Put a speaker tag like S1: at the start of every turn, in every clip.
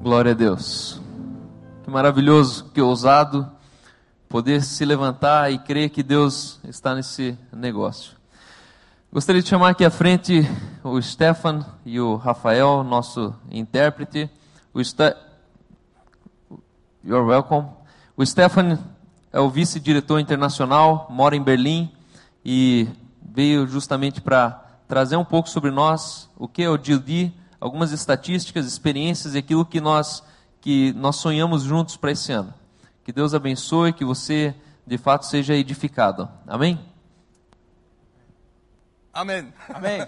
S1: Glória a Deus. Que maravilhoso, que ousado poder se levantar e crer que Deus está nesse negócio. Gostaria de chamar aqui à frente o Stefan e o Rafael, nosso intérprete. O Ste... You're welcome. O Stefan é o vice-diretor internacional, mora em Berlim e veio justamente para trazer um pouco sobre nós, o que é o DILD, algumas estatísticas, experiências e aquilo que nós, que nós sonhamos juntos para esse ano. Que Deus abençoe, que você de fato seja edificado. Amém?
S2: Amen.
S3: Amém.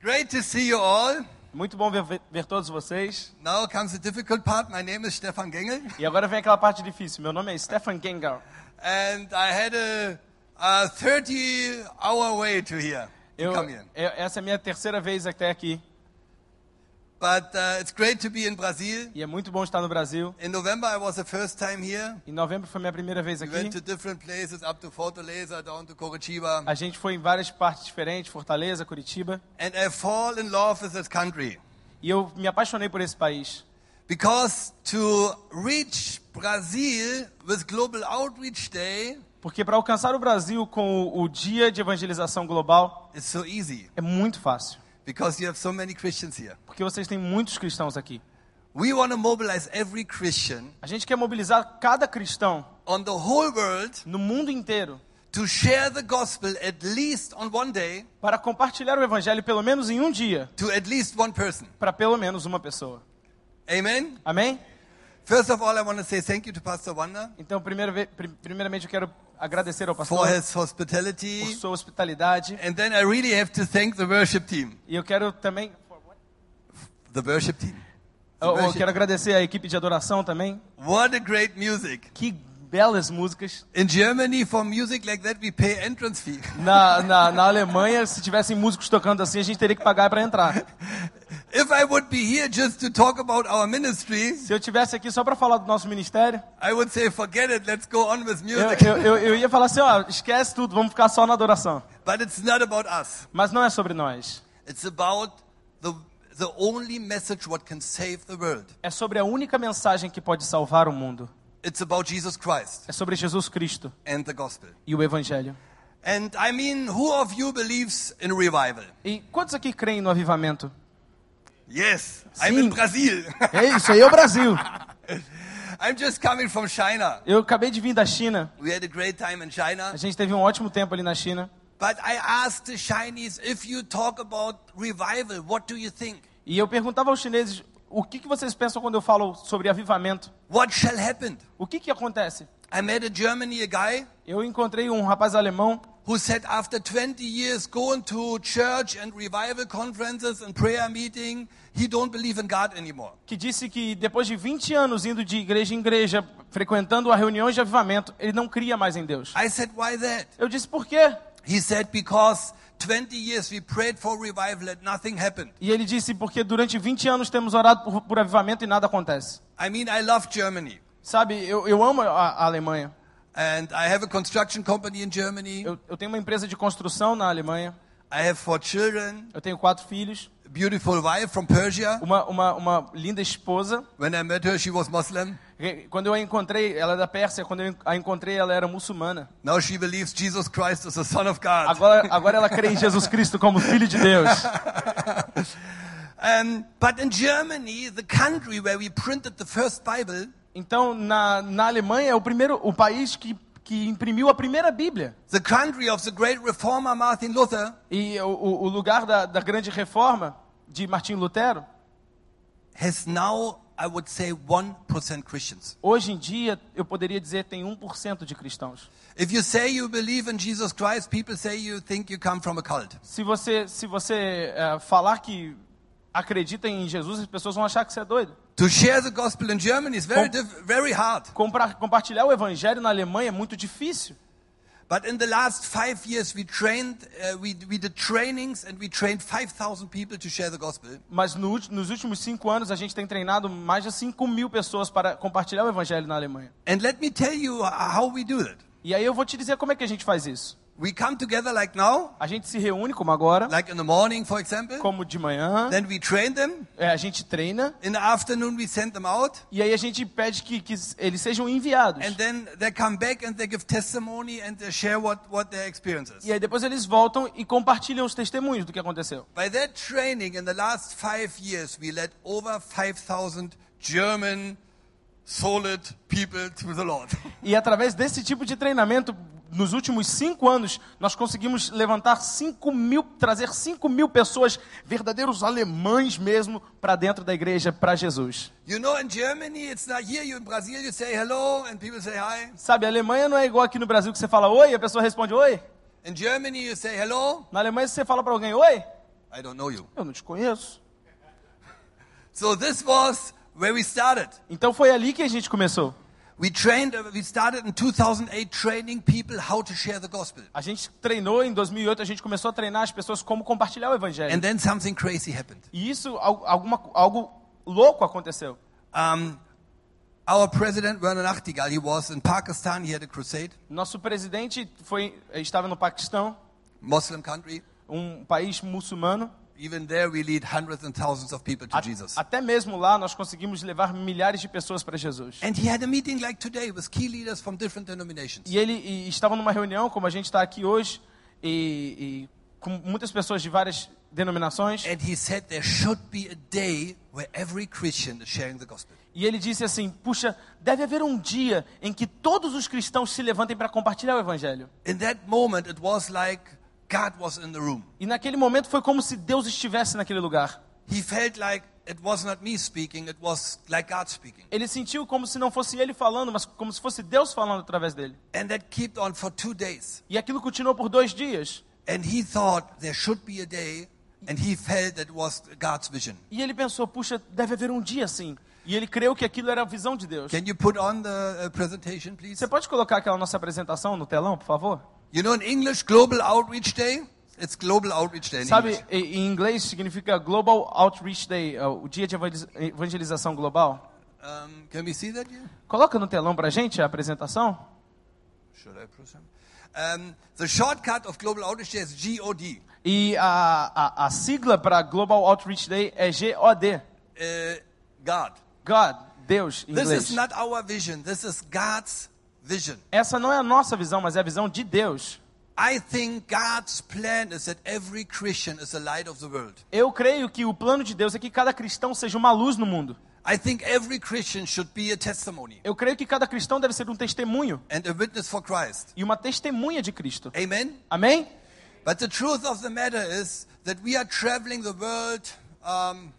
S2: Great to see you all.
S3: Muito bom ver, ver todos vocês.
S2: Now comes the difficult part. My name is Stefan Gengel,
S3: E agora vem aquela parte difícil. Meu nome é Stefan Gengar.
S2: and I had a, a 30 hour way to here. to
S3: Eu,
S2: come here.
S3: eu- essa é a minha terceira vez até aqui.
S2: But uh, it's great to be in Brazil.
S3: E é muito bom estar no Brasil.
S2: In November, I was the first time here.
S3: Em novembro foi minha primeira vez
S2: We went to
S3: aqui.
S2: different places, up to Fortaleza, down to Curitiba.
S3: A gente foi em várias partes diferentes, Fortaleza, Curitiba.
S2: And I fall in love with this country.
S3: E eu me apaixonei por esse país.
S2: Because to reach Brazil with Global Outreach Day
S3: Porque para alcançar o Brasil com o, o Dia de Evangelização Global
S2: is so easy.
S3: é muito fácil.
S2: Because you have so many Christians here.
S3: Porque vocês têm muitos cristãos aqui.
S2: We want to mobilize every Christian
S3: A gente quer mobilizar cada cristão
S2: on the whole world
S3: no mundo inteiro
S2: to share the gospel at least on one day
S3: para compartilhar o evangelho pelo menos em um dia
S2: to at least one person.
S3: para pelo menos uma pessoa.
S2: Amen.
S3: Amém?
S2: First of all, I want to say thank you to Pastor Wanda
S3: Então, primeiro, ve- pri- primeiramente, eu quero agradecer ao
S2: for
S3: pastor
S2: his
S3: por
S2: hospitality.
S3: sua hospitalidade.
S2: And then I really have to thank the worship team.
S3: E eu quero também.
S2: The worship team.
S3: Eu, eu quero agradecer à equipe de adoração também.
S2: What a great music.
S3: Que belas músicas.
S2: In Germany, for music like that, we pay entrance fee.
S3: Na, na, na Alemanha, se tivessem músicos tocando assim, a gente teria que pagar para entrar.
S2: If I would be here just to talk about our ministry,
S3: Se eu tivesse aqui só para falar do nosso ministério,
S2: I would say, forget it, let's go on with
S3: eu,
S2: music.
S3: eu, eu, eu ia falar assim: ó, esquece tudo, vamos ficar só na adoração.
S2: But it's not about us.
S3: Mas não é sobre nós.
S2: It's about the, the only message what can save the world.
S3: É sobre a única mensagem que pode salvar o mundo.
S2: It's about Jesus Christ
S3: É sobre Jesus Cristo
S2: and the gospel.
S3: e o Evangelho.
S2: And I mean, who of you believes in revival?
S3: E quantos aqui creem no avivamento?
S2: Yes, I'm in
S3: Sim.
S2: Brazil.
S3: É isso, aí é o Brasil.
S2: I'm just coming from China.
S3: Eu acabei de vir da China.
S2: We had a great time in
S3: A
S2: China.
S3: gente teve um ótimo tempo ali na China.
S2: But I asked the Chinese, if you talk about revival, what do you think?
S3: E eu perguntava aos chineses o que, que vocês pensam quando eu falo sobre avivamento.
S2: What shall happen?
S3: O que, que acontece?
S2: I met in Germany a guy
S3: Eu encontrei um rapaz alemão
S2: who said after 20 years going to church and revival conferences and prayer meeting, he don't believe in God anymore.
S3: que disse que depois de 20 anos indo de igreja em igreja, frequentando a reuniões de avivamento, ele não cria mais em Deus.
S2: I said, why that?
S3: Eu disse por quê?
S2: He said, because 20 years we prayed for revival and nothing happened.
S3: E ele disse porque durante 20 anos temos orado por, por avivamento e nada acontece.
S2: I mean, I love Germany.
S3: Sabe, eu, eu amo a, a Alemanha.
S2: And I have a construction company in Germany.
S3: Eu, eu tenho uma empresa de construção na Alemanha.
S2: I have four children,
S3: Eu tenho quatro filhos,
S2: a beautiful wife from Persia.
S3: uma, uma, uma linda esposa.
S2: When I met her, she was Muslim.
S3: Eh, Quando eu a encontrei, ela é da Pérsia, quando eu a encontrei, ela era muçulmana.
S2: Now she believes Jesus Christ is the Son of God.
S3: Agora, agora ela crê em Jesus Cristo como Filho de Deus.
S2: Um, but in Germany, the country where we printed the first Bible,
S3: Então, na, na Alemanha, é o, primeiro, o país que, que imprimiu a primeira Bíblia.
S2: the country of the great reformer Martin Luther,
S3: E o, o o lugar da, da grande reforma de Martinho Lutero,
S2: has now, I would say, 1% Christians.
S3: hoje em dia, eu poderia dizer, tem 1% de cristãos.
S2: If you say you believe in Jesus Christ, people say you think you come from a cult.
S3: Se você, se você eh, falar que acredita em Jesus, as pessoas vão achar que você é doido.
S2: To share the gospel in Germany is very,
S3: Com-
S2: diff- very hard.
S3: Comprar, compartilhar o evangelho na Alemanha é muito difícil.
S2: But in the last five years, we trained, uh, we, we did trainings and we trained 5,000 people to share the gospel.
S3: Mas no ulti- nos últimos cinco anos a gente tem treinado mais de 5 mil pessoas para compartilhar o evangelho na Alemanha.
S2: And let me tell you h- how we do that.
S3: E aí eu vou te dizer como é que a gente faz isso.
S2: We come together like now,
S3: A gente se reúne, como agora,
S2: like in the morning, for example.
S3: como de manhã,
S2: Then we train them.
S3: é, a gente treina,
S2: In the afternoon, we send them out.
S3: e aí a gente pede que, que eles sejam enviados.
S2: And then they come back and they give testimony and they share what, what their experience is.
S3: E aí depois eles voltam e compartilham os testemunhos do que aconteceu.
S2: By that training, in the last five years, we led over 5,000 German solid people to the Lord.
S3: E através desse tipo de treinamento, nos últimos cinco anos, nós conseguimos levantar 5 mil, trazer 5 mil pessoas, verdadeiros alemães mesmo, para dentro da igreja, para Jesus.
S2: you know, in Germany, it's not here. You in Brazil, you say hello and people say hi.
S3: Sabe, a Alemanha não é igual aqui no Brasil que você fala oi, a pessoa responde oi.
S2: In Germany, you say hello.
S3: Na Alemanha você fala para alguém oi,
S2: I don't know you.
S3: eu não te conheço.
S2: So this was where we started.
S3: Então foi ali que a gente começou.
S2: We trained, uh, we started in 2008 training people how to share the gospel.
S3: A gente treinou em 2008, a gente começou a treinar as pessoas como compartilhar o evangelho.
S2: And then something crazy happened.
S3: E isso, al- alguma, algo louco aconteceu.
S2: Um, our president, Werner Nachtigall, he was in Pakistan. He had a crusade,
S3: Nosso presidente foi, estava no Paquistão,
S2: Muslim country.
S3: um país muçulmano.
S2: Even there, we lead hundreds and thousands of people to
S3: A-
S2: Jesus.
S3: Até mesmo lá nós conseguimos levar milhares de pessoas para Jesus.
S2: and he had a meeting like today with key leaders from different denominations.
S3: E ele e estava numa reunião, como a gente está aqui hoje, e, e com muitas pessoas de várias denominações.
S2: And he said there should be a day where every Christian is sharing the gospel.
S3: E ele disse assim: Puxa, deve haver um dia em que todos os cristãos se levantem para compartilhar o evangelho.
S2: In that moment, it was like God was in the room.
S3: E naquele momento foi como se Deus estivesse naquele lugar.
S2: He felt like it was not me speaking, it was like God speaking.
S3: Ele sentiu como se não fosse ele falando, mas como se fosse Deus falando através dele.
S2: And that kept on for two days.
S3: E aquilo continuou por dois dias.
S2: And he thought there should be a day, and he felt that was God's vision.
S3: E ele pensou, puxa, deve haver um dia assim. E ele creu que aquilo era a visão de Deus.
S2: Can you put on the uh, presentation, please?
S3: Você pode colocar aquela nossa apresentação no telão, por favor?
S2: You know, in English, Global Outreach Day, it's Global Outreach Day in
S3: Sabe,
S2: English.
S3: e- em inglês significa Global Outreach Day, é o dia de evangeliz- evangelização global.
S2: Um, can we see that here?
S3: Coloca no telão pra gente a apresentação.
S2: Should I press him? Um, the shortcut of Global Outreach Day is GOD.
S3: E a, a, a sigla para Global Outreach Day é G-O-D.
S2: Uh, God.
S3: God, Deus, em
S2: This
S3: inglês.
S2: is not our vision. This is God's vision.
S3: Essa não é a nossa visão, mas é a visão de Deus.
S2: I think God's plan is that every Christian is the light of the world.
S3: Eu creio que o plano de Deus é que cada cristão seja uma luz no mundo.
S2: I think every Christian should be a testimony
S3: Eu creio que cada cristão deve ser um testemunho
S2: and a witness for Christ.
S3: e uma testemunha de Cristo.
S2: Amen?
S3: Amém?
S2: But the truth of the matter is that we are traveling the world um,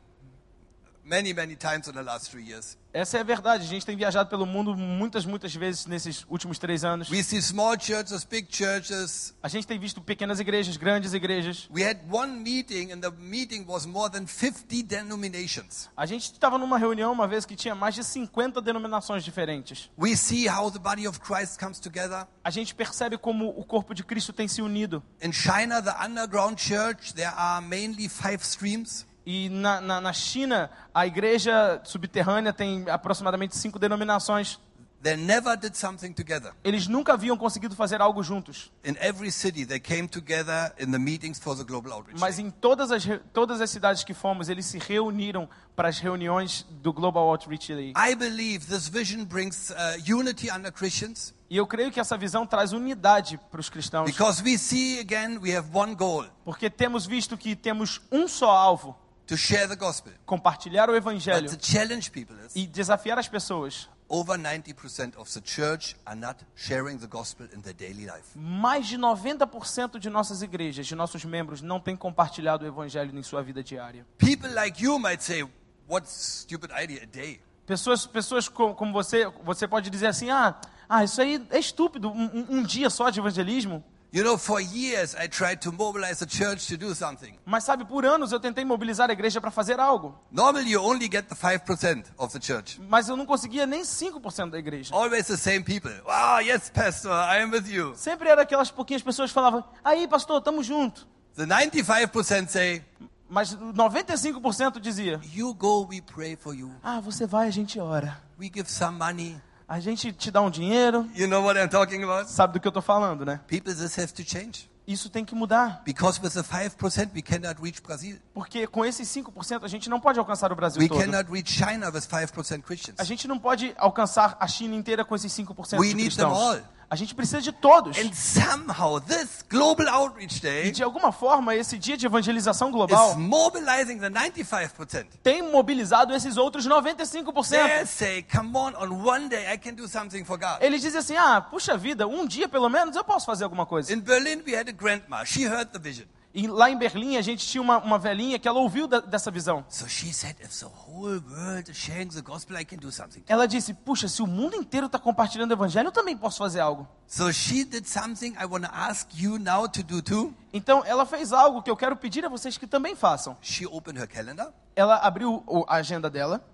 S2: many, many times in the last three years.
S3: Essa é a verdade. A gente tem viajado pelo mundo muitas, muitas vezes nesses últimos três anos.
S2: We see small churches, big churches.
S3: A gente tem visto pequenas igrejas, grandes igrejas.
S2: We had one meeting, and the meeting was more than 50 denominations.
S3: A gente estava numa reunião uma vez que tinha mais de 50 denominações diferentes.
S2: We see how the body of Christ comes together.
S3: A gente percebe como o corpo de Cristo tem se unido.
S2: In China, the underground church, there are mainly five streams.
S3: E na, na, na China, a igreja subterrânea tem aproximadamente cinco denominações.
S2: They never did something together.
S3: Eles nunca haviam conseguido fazer algo juntos.
S2: In every city, they came together in the meetings for the global outreach.
S3: Mas em todas as, re- todas as cidades que fomos, eles se reuniram para as reuniões do Global Outreach Day.
S2: I believe this vision brings uh, unity under Christians
S3: E eu creio que essa visão traz unidade para os cristãos,
S2: because we see again we have one goal
S3: porque temos visto que temos um só alvo:
S2: to share the gospel.
S3: compartilhar o
S2: But
S3: evangelho
S2: the challenge, people, is
S3: e desafiar as pessoas.
S2: over 90% of the church are not sharing the gospel in their daily life.
S3: Mais de 90% de nossas igrejas, de nossos membros, não têm compartilhado o evangelho em sua vida diária.
S2: People like you might say, What stupid idea, a day.
S3: Pessoas, pessoas co- como você, você pode dizer assim: ah, ah isso aí é estúpido, um, um- um dia só de evangelismo.
S2: You know, for years I tried to mobilize the church to do something.
S3: Mas sabe, por anos eu tentei mobilizar a igreja para fazer algo,
S2: Normally you only get the 5% of the church.
S3: mas eu não conseguia nem 5% da igreja.
S2: Always the same people. Wow, yes, Pastor, I am with you.
S3: Sempre era aquelas pouquinhas pessoas que falavam: "Aí, pastor, tamo junto".
S2: The 95% say,
S3: Mas 95% dizia:
S2: You go, we pray for you.
S3: "Ah, você vai, a gente ora.
S2: We give some money.
S3: a gente te dá um dinheiro,
S2: You know what I'm talking about?
S3: sabe do que eu estou falando, né?
S2: People, this has to change.
S3: Isso tem que mudar,
S2: Because with the 5%, we cannot reach Brazil.
S3: porque com esses 5% a gente não pode alcançar o Brasil
S2: We
S3: todo.
S2: cannot reach China with 5% Christians.
S3: A gente não pode alcançar a China inteira com esses 5%
S2: We
S3: de
S2: need
S3: cristãos.
S2: them all.
S3: A gente precisa de todos.
S2: And somehow, this Global Outreach
S3: E
S2: Day
S3: de alguma forma, esse dia de evangelização global
S2: is mobilizing the 95%.
S3: tem mobilizado esses outros 95%.
S2: They say, come on, on one day I can do something for God.
S3: Eles dizem assim: ah, puxa vida, um dia pelo menos eu posso fazer alguma coisa.
S2: In Berlin, we had a grandma. She heard the vision.
S3: E lá em Berlim a gente tinha uma, uma velhinha que ela ouviu da- dessa visão.
S2: So she said, if the whole world is sharing the gospel, I can do something.
S3: Ela disse: puxa, se o mundo inteiro está compartilhando o evangelho, eu também posso fazer algo.
S2: So she did something I want to ask you now to do too.
S3: Então ela fez algo que eu quero pedir a vocês que também façam.
S2: She opened her calendar.
S3: Ela abriu o- a agenda dela,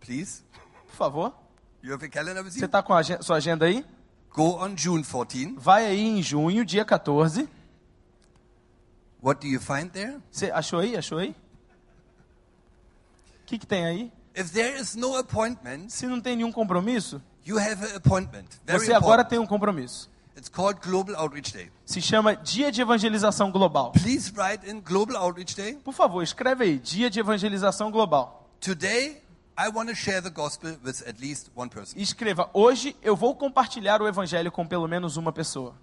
S2: Please.
S3: por favor.
S2: You have a calendar with
S3: Você
S2: you?
S3: está com a agen- sua agenda aí?
S2: Go on June 14.
S3: Vai aí em junho, dia 14.
S2: What do you find there?
S3: Você achou aí? Achou aí? O que, que tem aí?
S2: If there is no appointment,
S3: Se não tem nenhum compromisso,
S2: you have an appointment. Very
S3: você agora
S2: important.
S3: tem um compromisso.
S2: It's called Global Outreach Day.
S3: Se chama Dia de Evangelização Global.
S2: Please write in Global Outreach Day.
S3: Por favor, escreve aí, Dia de Evangelização Global.
S2: Today, I want to share the gospel with at least one person.
S3: E escreva, hoje eu vou compartilhar o evangelho com pelo menos uma pessoa.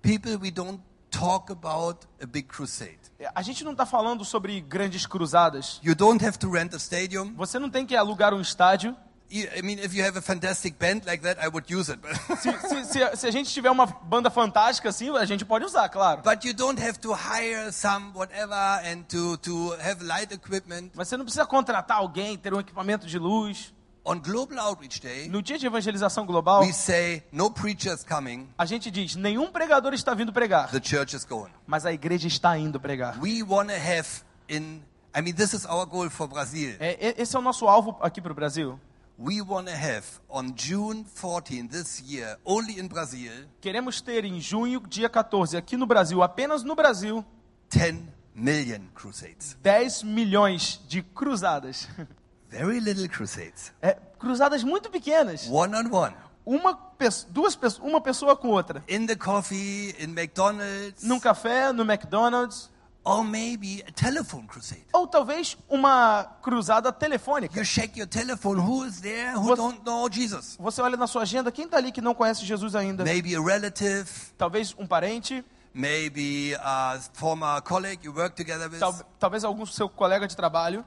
S2: People, we don't talk about a big crusade.
S3: É, A gente não está falando sobre grandes cruzadas.
S2: You don't have to rent a stadium.
S3: Você não tem que alugar um estádio.
S2: You- I mean, if you have a fantastic band like that, I would use it.
S3: Se, se- se- se a gente tiver uma banda fantástica assim, a gente pode usar, claro.
S2: but you don't have to hire some whatever and to, to have light equipment.
S3: Mas você não precisa contratar alguém, ter um equipamento de luz.
S2: On Global Outreach Day,
S3: No dia de evangelização global,
S2: we say no preachers coming,
S3: a gente diz: nenhum pregador está vindo pregar,
S2: the church is going.
S3: mas a igreja está indo pregar.
S2: We want to have in, I mean, this is our goal for Brazil.
S3: É, e- esse é o nosso alvo aqui para o Brasil.
S2: We want to have on June 14 this year, only in Brazil,
S3: Queremos ter em junho, dia 14, aqui no Brasil, apenas no Brasil,
S2: 10 million crusades.
S3: 10 milhões de cruzadas.
S2: Very little crusades.
S3: É, cruzadas muito pequenas.
S2: One on one.
S3: Uma, pe- duas, pe- uma pessoa com outra.
S2: In the coffee, in McDonald's,
S3: Num café, no McDonald's.
S2: or maybe a telephone crusade.
S3: Ou talvez uma cruzada telefônica.
S2: You check your telephone, who is there who
S3: What-
S2: don't know Jesus?
S3: Você olha na sua agenda, quem está ali que não conhece Jesus ainda?
S2: Maybe a relative,
S3: Talvez um parente,
S2: maybe a former colleague you work together with.
S3: tal- talvez algum seu colega de trabalho.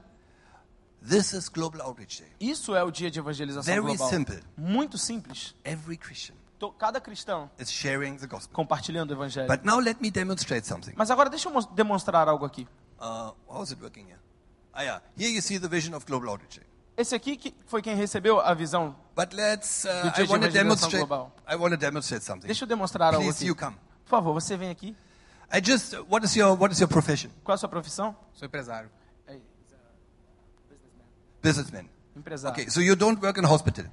S2: This is Global Outreach Day.
S3: Isso é o dia de evangelização
S2: Very
S3: global.
S2: simple.
S3: Muito simples.
S2: Every Christian
S3: To- Cada cristão
S2: is sharing the gospel.
S3: compartilhando o evangelho.
S2: But now let me demonstrate something.
S3: Mas agora deixa eu mos- demonstrar algo aqui.
S2: Uh, how is it working here? Ah, yeah. Here you see the vision of global outreach.
S3: Esse aqui que foi quem recebeu a visão.
S2: But let's. Uh,
S3: Good
S2: I
S3: judge
S2: want to
S3: imagination
S2: demonstrate.
S3: global.
S2: I want to demonstrate something.
S3: Deixa eu demonstrar algo
S2: Please,
S3: aqui.
S2: you come.
S3: Por favor, você vem aqui.
S2: I just. What is your What is your profession?
S3: Qual é a sua profissão?
S4: Sou empresário.
S3: É
S2: Businessman.
S3: empresário.
S2: Okay, so you don't work in a hospital.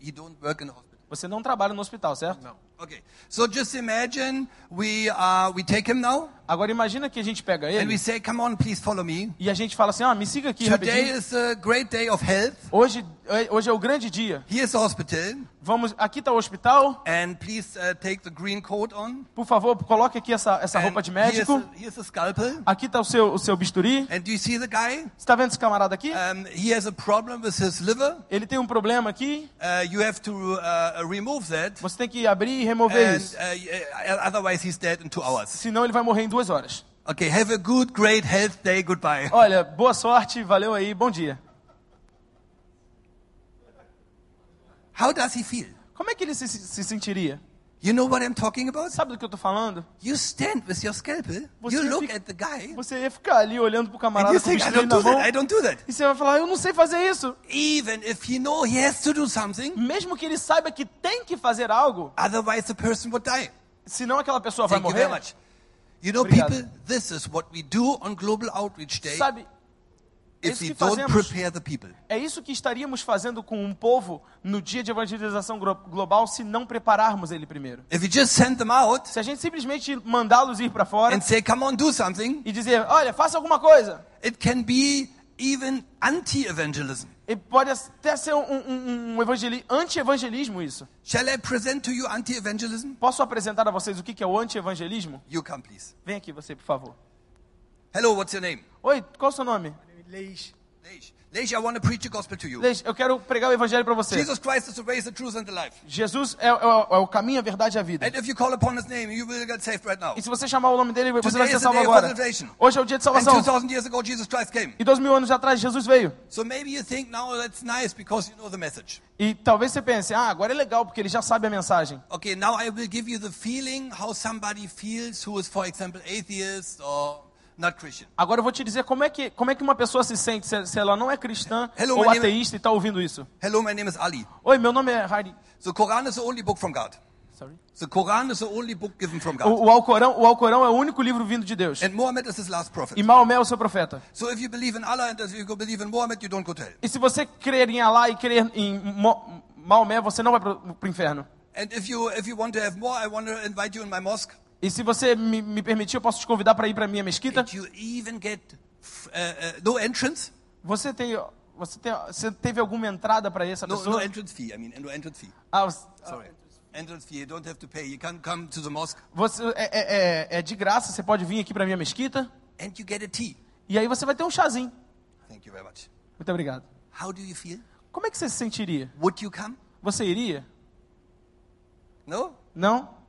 S2: You don't work in a hospital.
S3: Você não trabalha no hospital, certo?
S4: Não.
S2: Okay, so just imagine we uh, we take him now
S3: Agora imagina que a gente pega
S2: and we
S3: ele
S2: say, "Come on, please follow me."
S3: e a gente fala assim, ó, me siga aqui
S2: Today
S3: rapidinho.
S2: is a great day of health.
S3: Hoje, hoje é o grande dia.
S2: Here's the hospital,
S3: Vamos, aqui está o hospital.
S2: and please uh, take the green coat on.
S3: Por favor, coloque aqui essa, essa roupa
S2: And
S3: de
S2: here's
S3: médico.
S2: a- here's a scalpel.
S3: Aqui está o seu, o seu bisturi. Você
S2: And do you see the guy?
S3: está vendo esse camarada aqui?
S2: Um, he has a problem with his liver.
S3: Ele tem um problema aqui.
S2: Uh, you have to uh, remove that,
S3: Você tem que abrir e remover
S2: and
S3: isso.
S2: uh, y- uh, otherwise he's dead in two hours.
S3: Senão ele vai morrer em duas horas.
S2: Okay, have a good, great health day. Goodbye.
S3: Olha, boa sorte, valeu aí, bom dia.
S2: How does he feel?
S3: Como é que ele se, se sentiria?
S2: You know what I'm talking about?
S3: Sabe do que eu tô falando?
S2: You stand with your scalpel.
S3: Você
S2: You look
S3: fica-
S2: at the guy,
S3: Você ia ficar ali olhando pro
S2: and
S3: camarada
S2: you
S3: com o
S2: think, "I
S3: bisturi
S2: don't
S3: na
S2: do
S3: mão
S2: that. I don't do that."
S3: e você vai falar, eu não sei fazer isso.
S2: Even if he know he has to do something,
S3: Mesmo que ele saiba que tem que fazer algo,
S2: otherwise the person would die.
S3: senão aquela pessoa vai
S2: Thank you
S3: morrer.
S2: very much. You know,
S3: Obrigado.
S2: people, this is what we do on Global Outreach Day.
S3: Sabe,
S2: If
S3: isso
S2: we
S3: que
S2: don't
S3: fazemos.
S2: prepare the people.
S3: é isso que estaríamos fazendo com um povo no dia de evangelização glo- global se não prepararmos ele primeiro.
S2: If we just send them out
S3: Se a gente simplesmente mandá-los ir para fora
S2: and say, come on, do something,
S3: e dizer, olha, faça alguma coisa.
S2: it can be even anti-evangelism.
S3: E pode até ser um, um- um evangeli- anti-evangelismo isso.
S2: Shall I present to you anti-evangelism?
S3: Posso apresentar a vocês o que que é o anti-evangelismo?
S2: You come, please.
S3: Vem aqui você, por favor.
S2: Hello, what's your name?
S3: Oi, qual é o seu nome?
S4: Leish.
S2: Leish. Leish, I want to preach the gospel to you.
S3: Leis, eu quero pregar o evangelho para você.
S2: Jesus Christ is the way, the truth, and the life.
S3: Jesus é, é o- é o caminho, a verdade e a vida.
S2: And if you call upon his name, you will get saved right now.
S3: E se você chamar o nome dele, você
S2: Today
S3: vai
S2: is
S3: ser
S2: the
S3: salvo
S2: day of
S3: agora.
S2: salvation.
S3: Hoje é o dia de
S2: And
S3: salvação.
S2: 2,000 years ago, Jesus Christ came.
S3: E dois mil anos atrás, Jesus veio.
S2: So maybe you think now that's nice because you know the message.
S3: E talvez você pense, ah, agora é legal, porque ele já sabe a mensagem.
S2: Okay, now I will give you the feeling how somebody feels who is, for example, atheist or not Christian.
S3: Agora eu vou te dizer como é que, como é que uma pessoa se sente se, se ela não é cristã
S2: Hello,
S3: ou
S2: my name-
S3: ateísta e está ouvindo isso.
S2: Hello, my name is Ali.
S3: Oi, meu nome é Harry.
S2: The Quran is the only book from God.
S3: Sorry.
S2: The Quran is the only book given from God.
S3: O, o Alcorão, o Alcorão é o único livro vindo de Deus.
S2: And Muhammad is his last
S3: E
S2: prophet.
S3: Maomé é o seu profeta.
S2: So if you believe in Allah and if you believe in Muhammad, you don't go to hell.
S3: E se você crer em Alá e crer em Mo Maomé, você não vai para o inferno.
S2: And if you if you want to have more, I want to invite you in my mosque.
S3: E se você me, me permitir, eu posso te convidar para ir para minha mesquita.
S2: And you even get f- uh, uh, no entrance,
S3: Você tem, você tem, você teve alguma entrada para essa
S2: no, no
S3: pessoa?
S2: entrance fee. I mean, no entrance fee.
S3: Ah, você-
S2: Sorry, Oh, entrance fee. You don't have to pay. You can come to the mosque
S3: você é, é- é- é de graça. Você pode vir aqui para minha mesquita.
S2: and you get a tea.
S3: E aí você vai ter um chazinho.
S2: Thank you very much.
S3: Muito obrigado.
S2: How do you feel?
S3: Como é que você se sentiria?
S2: Would you come?
S3: Você iria?
S2: No.
S3: Não?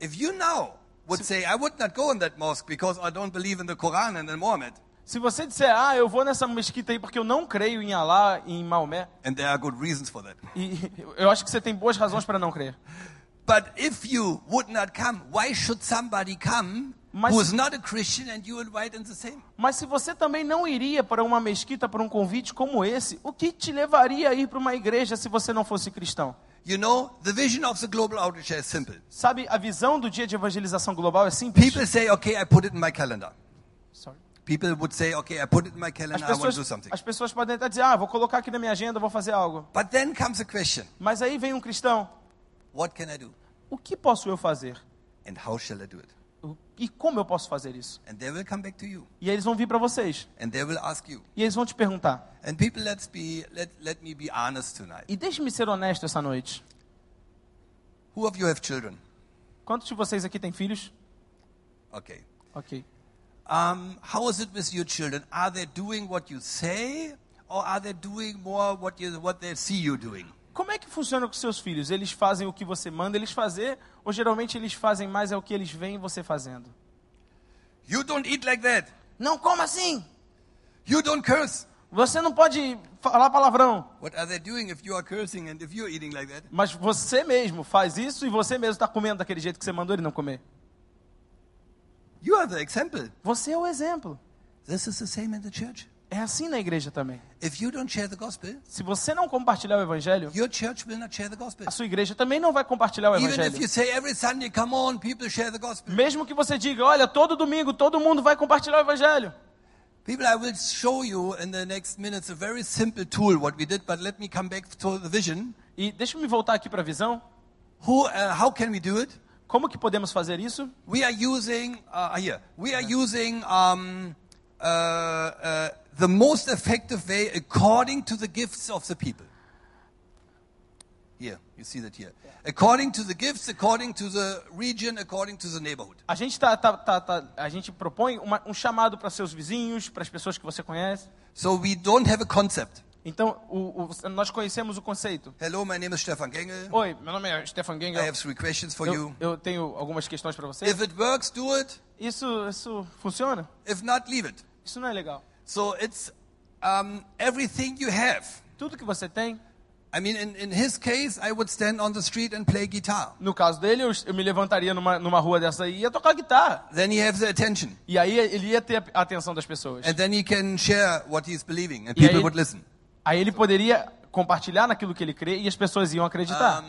S2: If you now would say, I would not go in that mosque because I don't believe in the Quran and in Muhammad,
S3: Se você disser, ah, eu vou nessa mesquita aí porque eu não creio em Alá e em Maomé,
S2: and there are good reasons for that.
S3: e eu acho que você tem boas razões para não crer.
S2: But if you would not come, why should somebody come
S3: Mas-
S2: who is not a Christian and you invite in the same?
S3: Mas se você também não iria para uma mesquita, para um convite como esse, o que te levaria a ir para uma igreja se você não fosse cristão?
S2: You know, the vision of the global outreach is simple.
S3: Sabe, a visão do dia de evangelização global é simples.
S2: People say, okay, I put it in my calendar.
S3: Sorry.
S2: People would say, okay, I put it in my
S3: As
S2: calendar, I want to do
S3: pessoas,
S2: something.
S3: as pessoas podem até dizer, ah, vou colocar aqui na minha agenda, vou fazer algo.
S2: But then comes the question,
S3: Mas aí vem um cristão,
S2: what can I do?
S3: o que posso eu fazer?
S2: And how shall I do it?
S3: O- E como eu posso fazer isso?
S2: And they will come back to you.
S3: E aí eles vão vir para vocês,
S2: And they will ask you.
S3: e eles vão te perguntar.
S2: And people, let's be, let, let me be honest tonight.
S3: E deixe-me ser honesto essa noite.
S2: Who of you have children?
S3: Quantos de vocês aqui têm filhos?
S2: Okay.
S3: Ok.
S2: Um, how is it with your children? Are they doing what you say, or are they doing more what you what they see you doing?
S3: Como é que funciona com seus filhos? Eles fazem o que você manda eles fazer, ou geralmente eles fazem mais é o que eles veem você fazendo?
S2: You don't eat like that.
S3: Não, como assim?
S2: You don't curse.
S3: Você não pode falar palavrão,
S2: What are they doing if you are cursing and if you're eating like that?
S3: mas você mesmo faz isso e você mesmo está comendo daquele jeito que você mandou ele não comer.
S2: You are the example.
S3: Você é o exemplo.
S2: This is the same in the church.
S3: É assim na igreja também.
S2: If you don't share the gospel,
S3: Se você não compartilhar o evangelho,
S2: your church will not share the gospel.
S3: a sua igreja também não vai compartilhar o
S2: Even if you
S3: evangelho.
S2: say every Sunday, come on, people share the gospel.
S3: Mesmo que você diga, olha, todo domingo todo mundo vai compartilhar o evangelho.
S2: People, I will show you in the next minutes a very simple tool what we did, but let me come back to the vision.
S3: E deixa eu me voltar aqui para a visão.
S2: Who, uh, how can we do it?
S3: Como que podemos fazer isso?
S2: We are using uh, here. We are using um, uh, uh, the most effective way according to the gifts of the people. Here, you see that here. According to the gifts, according to the region, according to the neighborhood.
S3: A gente, tá, tá, tá, tá- a gente propõe uma- um chamado para seus vizinhos, para as pessoas que você conhece.
S2: So we don't have a concept.
S3: Então, o- o- nós conhecemos o conceito.
S2: Hello, my name is Stefan Gengel.
S3: Oi, meu nome é Stefan
S2: I
S3: Gengel.
S2: have three questions for
S3: Eu,
S2: you.
S3: eu tenho algumas questões para você.
S2: If it works, do it.
S3: Isso, isso funciona?
S2: If not, leave it.
S3: Isso não é legal.
S2: So it's um, everything you have.
S3: Tudo que você tem,
S2: I mean, in, in his case, I would stand on the street and play guitar.
S3: no caso dele, eu, eu me levantaria numa, numa rua dessa aí e ia tocar guitarra.
S2: Then he has the attention.
S3: E aí ele ia ter a atenção das pessoas.
S2: And then he can share what he's believing, and
S3: Yeah,
S2: people
S3: it-
S2: would listen.
S3: Aí ele poderia compartilhar naquilo que ele crê e as pessoas iam acreditar.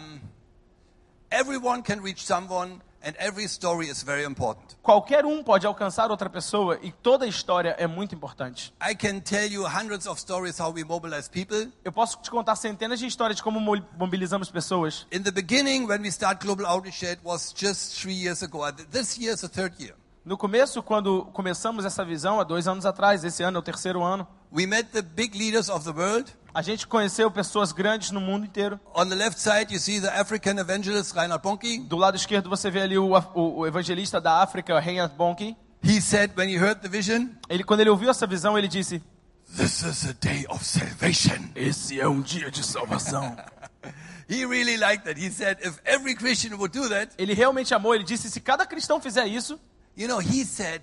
S2: Everyone can reach someone, and every story is very important.
S3: Qualquer um pode alcançar outra pessoa e toda a história é muito importante.
S2: I can tell you hundreds of stories how we mobilize people.
S3: Eu posso te contar centenas de histórias de como mo- mobilizamos pessoas.
S2: In the beginning, when we start Global Outreach, it was just three years ago. I- This year is the third year.
S3: No começo, quando começamos essa visão, há dois anos atrás, esse ano é o terceiro ano,
S2: We met the big leaders of the world.
S3: A gente conheceu pessoas grandes no mundo inteiro.
S2: On the left side, you see the African evangelist Reinhard Bonnke.
S3: Do lado esquerdo você vê ali o, af- o- o evangelista da África, Reinhard Bonnke.
S2: He said, when he heard the vision,
S3: Ele, quando ele ouviu essa visão, ele disse:
S2: "This is a day of salvation."
S3: Esse é um dia de salvação.
S2: He really liked that. He said, "If every Christian would do that,
S3: ele realmente amou. Ele disse: Se cada cristão fizer isso,
S2: you know," he said,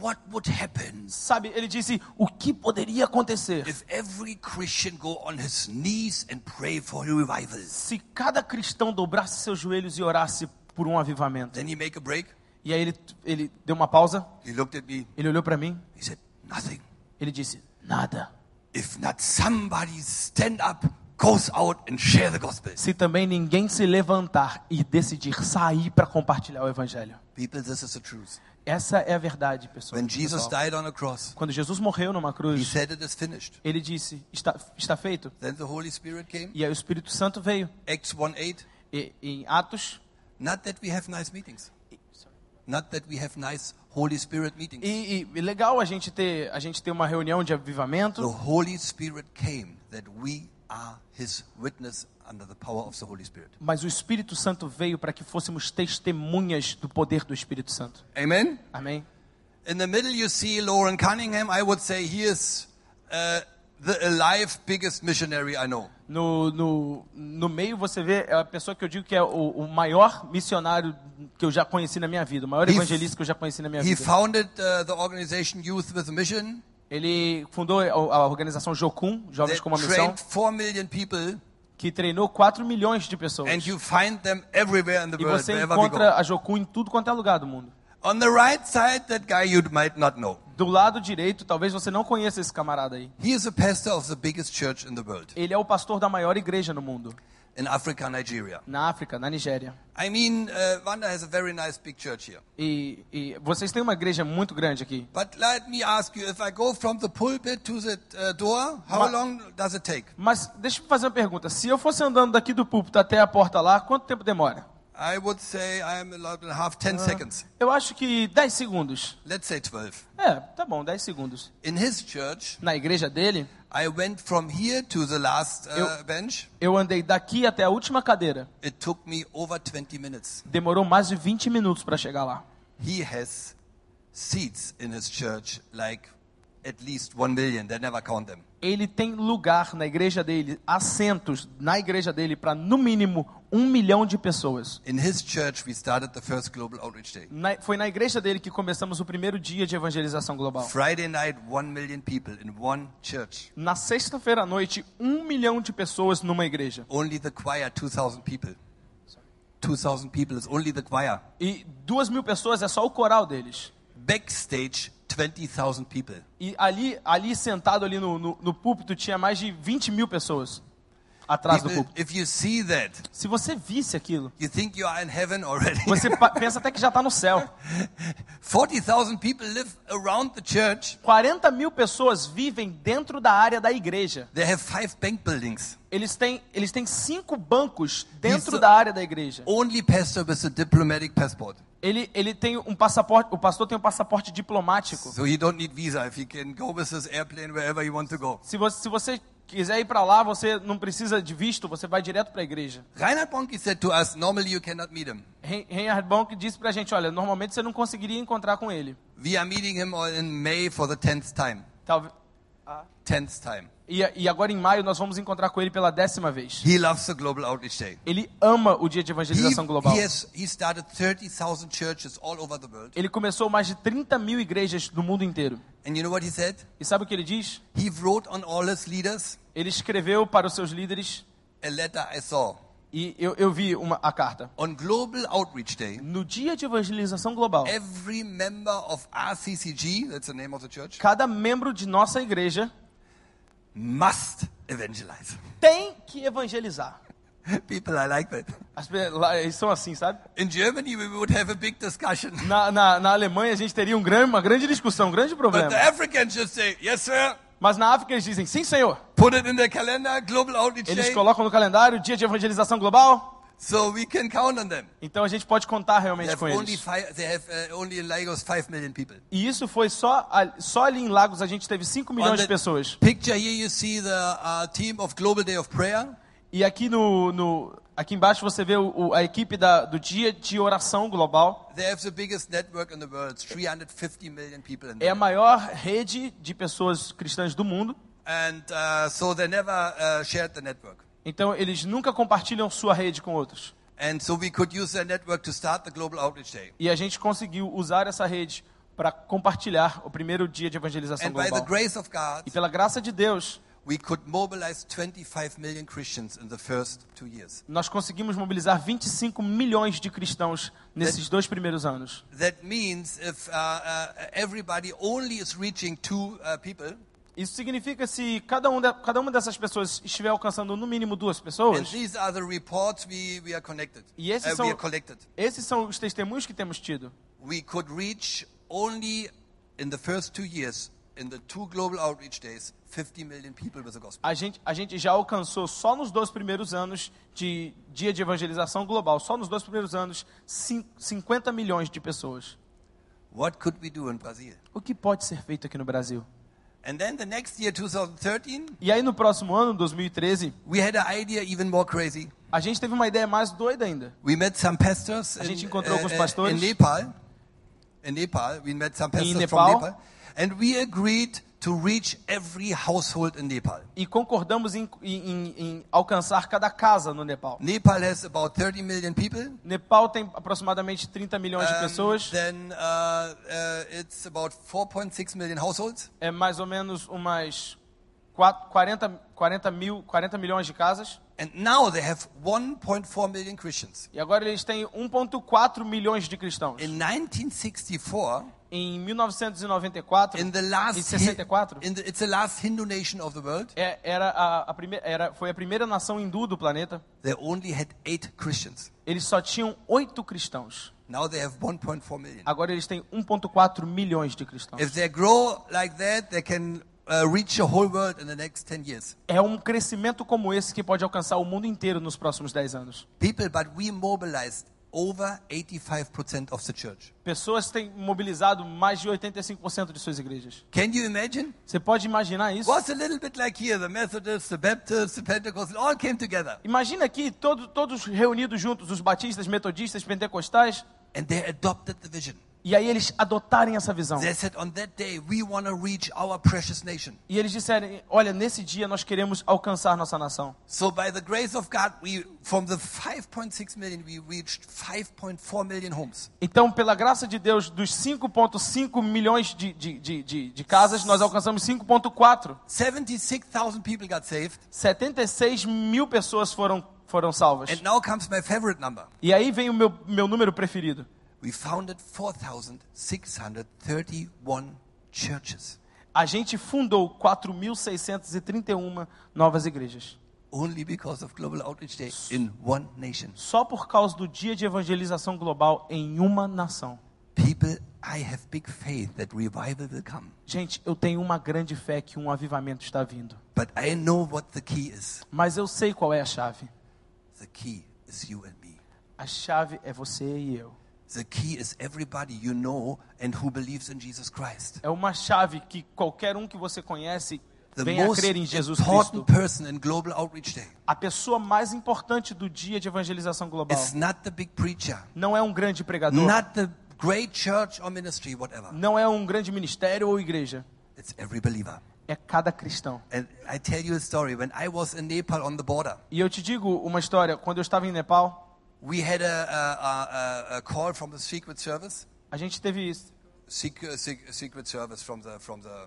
S2: "What would happen
S3: sabe? Ele disse: O que poderia acontecer
S2: if every Christian go on his knees and pray for revivals?"
S3: se cada cristão dobrasse seus joelhos e orasse por um avivamento?
S2: Then he make a break.
S3: E aí ele, ele deu uma pausa.
S2: He looked at me.
S3: Ele olhou para mim.
S2: He said, "Nothing.
S3: Ele disse: Nada.
S2: If not somebody stand up, goes out and share the gospel."
S3: Se também ninguém se levantar e decidir sair para compartilhar o evangelho.
S2: People, this is the truth.
S3: Essa é a verdade, pessoal.
S2: When Jesus died on a cross,
S3: Quando Jesus morreu numa
S2: he
S3: cruz,
S2: said it is finished.
S3: ele disse: está, está feito.
S2: Then the Holy Spirit came.
S3: E aí o Espírito Santo veio.
S2: Acts 1:8.
S3: E, em Atos.
S2: Not that we have nice meetings. Not that we have nice Holy Spirit meetings.
S3: E, e- e legal a gente ter a gente ter uma reunião de
S2: The
S3: avivamento.
S2: Holy Spirit came that we are his witness under the power of the Holy Spirit.
S3: Mas o Espírito Santo veio para que fôssemos testemunhas do poder do Espírito Santo.
S2: Amen.
S3: Amém?
S2: In the middle you see Lauren Cunningham. I would say he is uh, the alive biggest missionary I know.
S3: No, no, no meio você vê a pessoa que eu digo que é o, o maior missionário que eu já conheci na minha vida, o maior
S2: He-
S3: evangelista que eu já conheci na minha
S2: He
S3: vida.
S2: founded uh, the organization Youth with a Mission.
S3: Ele fundou a, a organização Jocum,
S2: They
S3: Jovens com uma Missão,
S2: trained 4 million people
S3: que treinou 4 milhões de pessoas.
S2: and you find them everywhere in the
S3: E
S2: world,
S3: você
S2: wherever we go.
S3: encontra a Jocum em tudo quanto é lugar do mundo.
S2: On the right side, that guy you might not know.
S3: Do lado direito, talvez você não conheça esse camarada aí.
S2: He is a pastor of the biggest church in the world
S3: Ele é o pastor da maior igreja no mundo,
S2: in Africa, Nigeria.
S3: na África, na Nigéria.
S2: I mean, uh, Wanda has a very nice big church here.
S3: E, e vocês têm uma igreja muito grande aqui.
S2: But let me ask you if I go from the pulpit to the uh, door, how
S3: Ma-
S2: long does it take?
S3: Mas deixa eu fazer uma pergunta. Se eu fosse andando daqui do púlpito até a porta lá, quanto tempo demora?
S2: I would say I'm allowed and a half, 10 seconds.
S3: Eu acho que 10 segundos.
S2: Let's say 12.
S3: É, tá bom, 10 segundos.
S2: In his church,
S3: Na igreja dele,
S2: I went from here to the last uh, bench.
S3: eu andei daqui até a última cadeira.
S2: It took me over 20 minutes.
S3: Demorou mais de 20 minutos para chegar lá.
S2: He has seats in his church, like at least 1 million. They never count them.
S3: Ele tem lugar na igreja dele, assentos na igreja dele para no mínimo um milhão de pessoas.
S2: In his church, we started the first global outreach day.
S3: Na- foi na igreja dele que começamos o primeiro dia de evangelização global.
S2: Friday night, one million people in one church.
S3: Na sexta-feira à noite, um milhão de pessoas numa igreja.
S2: Only the choir, 2,000 people. 2,000 people is only the choir.
S3: E duas mil pessoas é só o coral deles.
S2: Backstage, 20,000 people.
S3: E ali, ali sentado ali no, no, no púlpito, tinha mais de 20 mil pessoas atrás do
S2: People,
S3: púlpito.
S2: if you see that,
S3: Se você visse aquilo,
S2: you think you are in heaven already.
S3: você pa- pensa até que já está no céu.
S2: 40,000 people live around the church.
S3: 40 mil pessoas vivem dentro da área da igreja.
S2: They have five bank buildings.
S3: Eles têm, eles têm cinco bancos dentro
S2: Isso-
S3: da área da igreja.
S2: Only pastor with a diplomatic passport.
S3: Ele, ele tem um passaporte, o pastor tem um passaporte diplomático.
S2: So he don't need visa if he can go with his airplane wherever he want to go.
S3: Se você, se você quiser ir para lá, você não precisa de visto, você vai direto para a igreja.
S2: Reinhard Bonnke said to us, normally you cannot meet him.
S3: Ren- Reinhard Bonk disse pra gente, olha, normalmente você não conseguiria encontrar com ele.
S2: We are meeting him all in May for the 10th time.
S3: Talvez...
S2: 10th time.
S3: E, a- e agora em maio nós vamos encontrar com ele pela décima vez.
S2: He loves the Global Outreach Day.
S3: Ele ama o dia
S2: He,
S3: de evangelização global.
S2: he has, he started 30,000 churches all over the world.
S3: Ele começou mais de 30 mil igrejas do mundo inteiro.
S2: And you know what he said?
S3: E sabe o que ele diz?
S2: He wrote on all his leaders
S3: Ele escreveu para os seus líderes,
S2: a letter I saw.
S3: e eu, eu vi uma, a carta.
S2: On Global Outreach Day,
S3: No dia de evangelização global,
S2: every member of RCCG, that's the name of the church,
S3: cada membro de nossa igreja
S2: must evangelize.
S3: tem que evangelizar.
S2: People, I like that.
S3: As pe- lá, eles são assim, sabe?
S2: In Germany, we would have a big discussion.
S3: Na, na, na Alemanha a gente teria um grande, uma grande discussão, um grande
S2: But
S3: problema.
S2: the Africans just say, yes, sir.
S3: Mas na África eles dizem, sim, senhor.
S2: Put it in their calendar, Global Outreach
S3: Eles
S2: Day.
S3: colocam no calendário o dia de evangelização global.
S2: So we can count on them.
S3: Então a gente pode contar
S2: They
S3: realmente
S2: have
S3: com
S2: only
S3: eles.
S2: five, they have uh, only in Lagos 5 million people.
S3: E isso foi só, a- só ali em Lagos a gente teve 5
S2: On
S3: milhões de
S2: the
S3: pessoas.
S2: picture here you see the uh, team of Global Day of Prayer.
S3: E aqui no, no- aqui embaixo você vê o- o- a equipe da- do dia de oração global.
S2: They have the biggest network in the world, 350 million people in
S3: É a
S2: there.
S3: maior rede de pessoas cristãs do mundo.
S2: And uh, so they never uh, shared the network.
S3: Então eles nunca compartilham sua rede com outros.
S2: And so we could use their network to start the Global Outreach Day.
S3: E a gente conseguiu usar essa rede para compartilhar o primeiro dia de evangelização
S2: And by the
S3: global.
S2: grace of God,
S3: E pela graça de Deus,
S2: we could mobilize 25 million Christians in the first two years.
S3: nós conseguimos mobilizar 25 milhões de cristãos nesses dois primeiros anos.
S2: That means if uh, uh, everybody only is reaching two uh, people,
S3: Isso significa se cada, um de- cada uma dessas pessoas estiver alcançando no mínimo duas
S2: and
S3: pessoas,
S2: these are the reports we, we are connected. Uh,
S3: E esses
S2: we
S3: são-
S2: are collected.
S3: esses são os testemunhos que temos tido.
S2: We could reach only in the first two years, in the two global outreach days, 50 million people with the gospel.
S3: A gente, a gente já alcançou só nos dois primeiros anos de dia de evangelização global, só nos dois primeiros anos, cin- 50 milhões de pessoas.
S2: What could we do in Brazil?
S3: O que pode ser feito aqui no Brasil?
S2: And then the next year, 2013,
S3: E aí no próximo ano, 2013,
S2: we had an idea even more crazy.
S3: a gente teve uma ideia mais doida ainda.
S2: We met some pastors in,
S3: gente encontrou alguns
S2: eh, eh,
S3: pastores.
S2: in Nepal. In Nepal, we met some pastors from
S3: Nepal.
S2: Nepal, and we agreed to reach every household in Nepal.
S3: E concordamos em, em- em- em alcançar cada casa no Nepal.
S2: Nepal has about 30 million people.
S3: Nepal tem aproximadamente 30 milhões de
S2: Um,
S3: pessoas,
S2: then uh, uh, it's about 4.6 million households.
S3: é mais ou menos umas quat- 40, 40 mil, 40 milhões de casas.
S2: And now they have 1.4 million Christians.
S3: E agora eles têm 1,4 milhões de cristãos.
S2: In 1964,
S3: Em 1994,
S2: in the last
S3: em
S2: Hi-
S3: 64,
S2: in the, it's the last Hindu nation of the world,
S3: é- era a, a prime- era, foi a primeira nação hindu do planeta.
S2: they only had eight Christians.
S3: Eles só tinham oito cristãos.
S2: Now they have 1.4 million.
S3: Agora eles têm 1,4 milhões de cristãos.
S2: If they grow like that, they can uh, reach the whole world in the next 10 years.
S3: É um crescimento como esse que pode alcançar o mundo inteiro nos próximos 10 anos.
S2: People, but we mobilized over 85% of the church.
S3: Pessoas têm mobilizado mais de 85% de suas igrejas.
S2: Can you imagine?
S3: Você pode imaginar
S2: It
S3: isso?
S2: was a little bit like here the Methodists, the Baptists, the Pentecostals all came together.
S3: Imagina aqui todo- todos reunidos juntos, os batistas, metodistas, pentecostais,
S2: And they adopted the vision.
S3: e aí eles adotarem essa visão.
S2: They said, on that day, we want to reach our precious nation.
S3: E eles disserem: Olha, nesse dia nós queremos alcançar nossa nação.
S2: So, by the grace of God, we from the 5.6 million, we reached 5.4 million homes.
S3: Então, pela graça de Deus, dos 5,5 milhões de, de- de- de- de casas, nós alcançamos 5,4.
S2: 76,000 people got saved.
S3: 76 mil pessoas foram, foram salvas.
S2: And now comes my favorite number.
S3: E aí vem o meu, meu número preferido.
S2: We founded 4,631 churches
S3: A gente fundou 4.631 novas igrejas.
S2: only because of Global Outreach Day in one nation.
S3: Só por causa do dia de evangelização global em uma nação.
S2: People, I have big faith that revival will come,
S3: Gente, eu tenho uma grande fé que um avivamento está vindo.
S2: but I know what the key is.
S3: Mas eu sei qual é a chave.
S2: The key is you and me.
S3: A chave é você e eu.
S2: The key is everybody you know and who believes in Jesus Christ.
S3: É uma chave que qualquer um que você conhece
S2: The
S3: venha a
S2: most
S3: crer em Jesus Cristo.
S2: important person in Global Outreach Day
S3: A pessoa mais importante do dia de evangelização global
S2: is not the big preacher,
S3: não é um grande pregador,
S2: not the great church or ministry, whatever.
S3: não é um grande ministério ou igreja.
S2: It's every believer.
S3: É cada cristão.
S2: And I tell you a story. When I was in Nepal on the border,
S3: E eu te digo uma história. Quando eu estava em Nepal,
S2: we had a, a, a- a, a call from the Secret Service.
S3: a gente teve
S2: Sec, uh, sec- secret Service from the, from the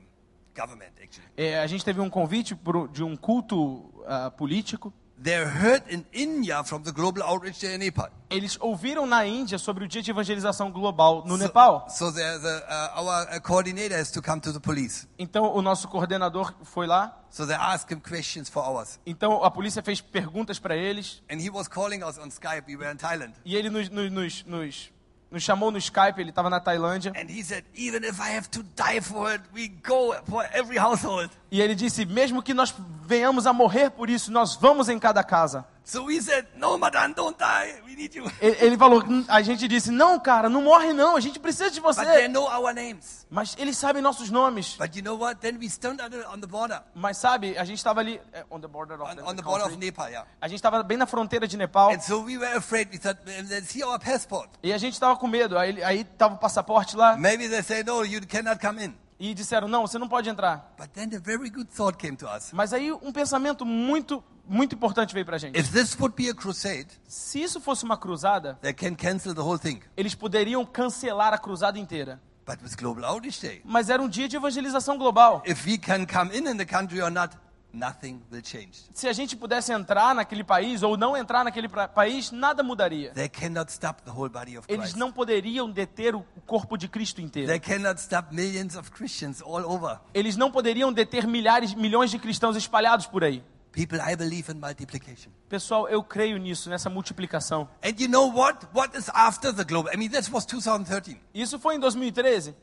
S2: government, actually.
S3: é, a gente teve um convite pro- de um culto ah, político.
S2: They heard in India from the Global Outreach Day in Nepal.
S3: Eles ouviram na Índia sobre o dia de evangelização global no
S2: So-
S3: Nepal.
S2: So the, the, uh, our uh, coordinator has to come to the police.
S3: Então o nosso coordenador foi lá.
S2: So they asked him questions for hours.
S3: Então a polícia fez perguntas para eles.
S2: And he was calling us on Skype. We were in Thailand.
S3: E ele nos, nos, nos, nos- nos chamou no Skype, ele estava na Tailândia.
S2: And he said, even if I have to die for it, we go for every household.
S3: E ele disse: Mesmo que nós venhamos a morrer por isso, nós vamos em cada casa.
S2: So we said, no, Madan, don't die. We need you.
S3: Ele, ele falou, "Hum, a gente disse, não, cara, não morre não, a gente precisa de
S2: But they
S3: você.
S2: know our names.
S3: Mas eles sabem nossos nomes.
S2: But you know what? Then we stand on the, on the border,
S3: Mas sabe, a gente estava ali, eh, on the border of
S2: on,
S3: the
S2: on the border of
S3: country.
S2: Nepal, yeah.
S3: a gente estava bem na fronteira de Nepal,
S2: And so we were afraid. We thought, "Well, they see our passport.
S3: e a gente estava com medo, aí ele- aí estava o passaporte lá,
S2: Maybe they say, no, you cannot come in.
S3: e disseram, não, você não pode entrar.
S2: But then a very good thought came to us.
S3: Mas aí um pensamento muito, muito importante veio pra gente.
S2: If this would be a crusade,
S3: Se isso fosse uma cruzada,
S2: they can cancel the whole thing.
S3: eles poderiam cancelar a cruzada inteira.
S2: But with Global Outreach Day,
S3: Mas era um dia de evangelização global.
S2: if we can come in in the country or not, nothing will change.
S3: Se a gente pudesse entrar naquele país ou não entrar naquele pra- país, nada mudaria.
S2: They cannot stop the whole body of
S3: Eles
S2: Christ.
S3: não poderiam deter o o corpo de Cristo inteiro.
S2: They cannot stop millions of Christians all over.
S3: Eles não poderiam deter milhares, milhões de cristãos espalhados por aí.
S2: People, I believe in multiplication.
S3: Pessoal, eu creio nisso, nessa multiplicação.
S2: And you know what? What is after the global? I mean, that was 2013.
S3: Isso foi em 2013.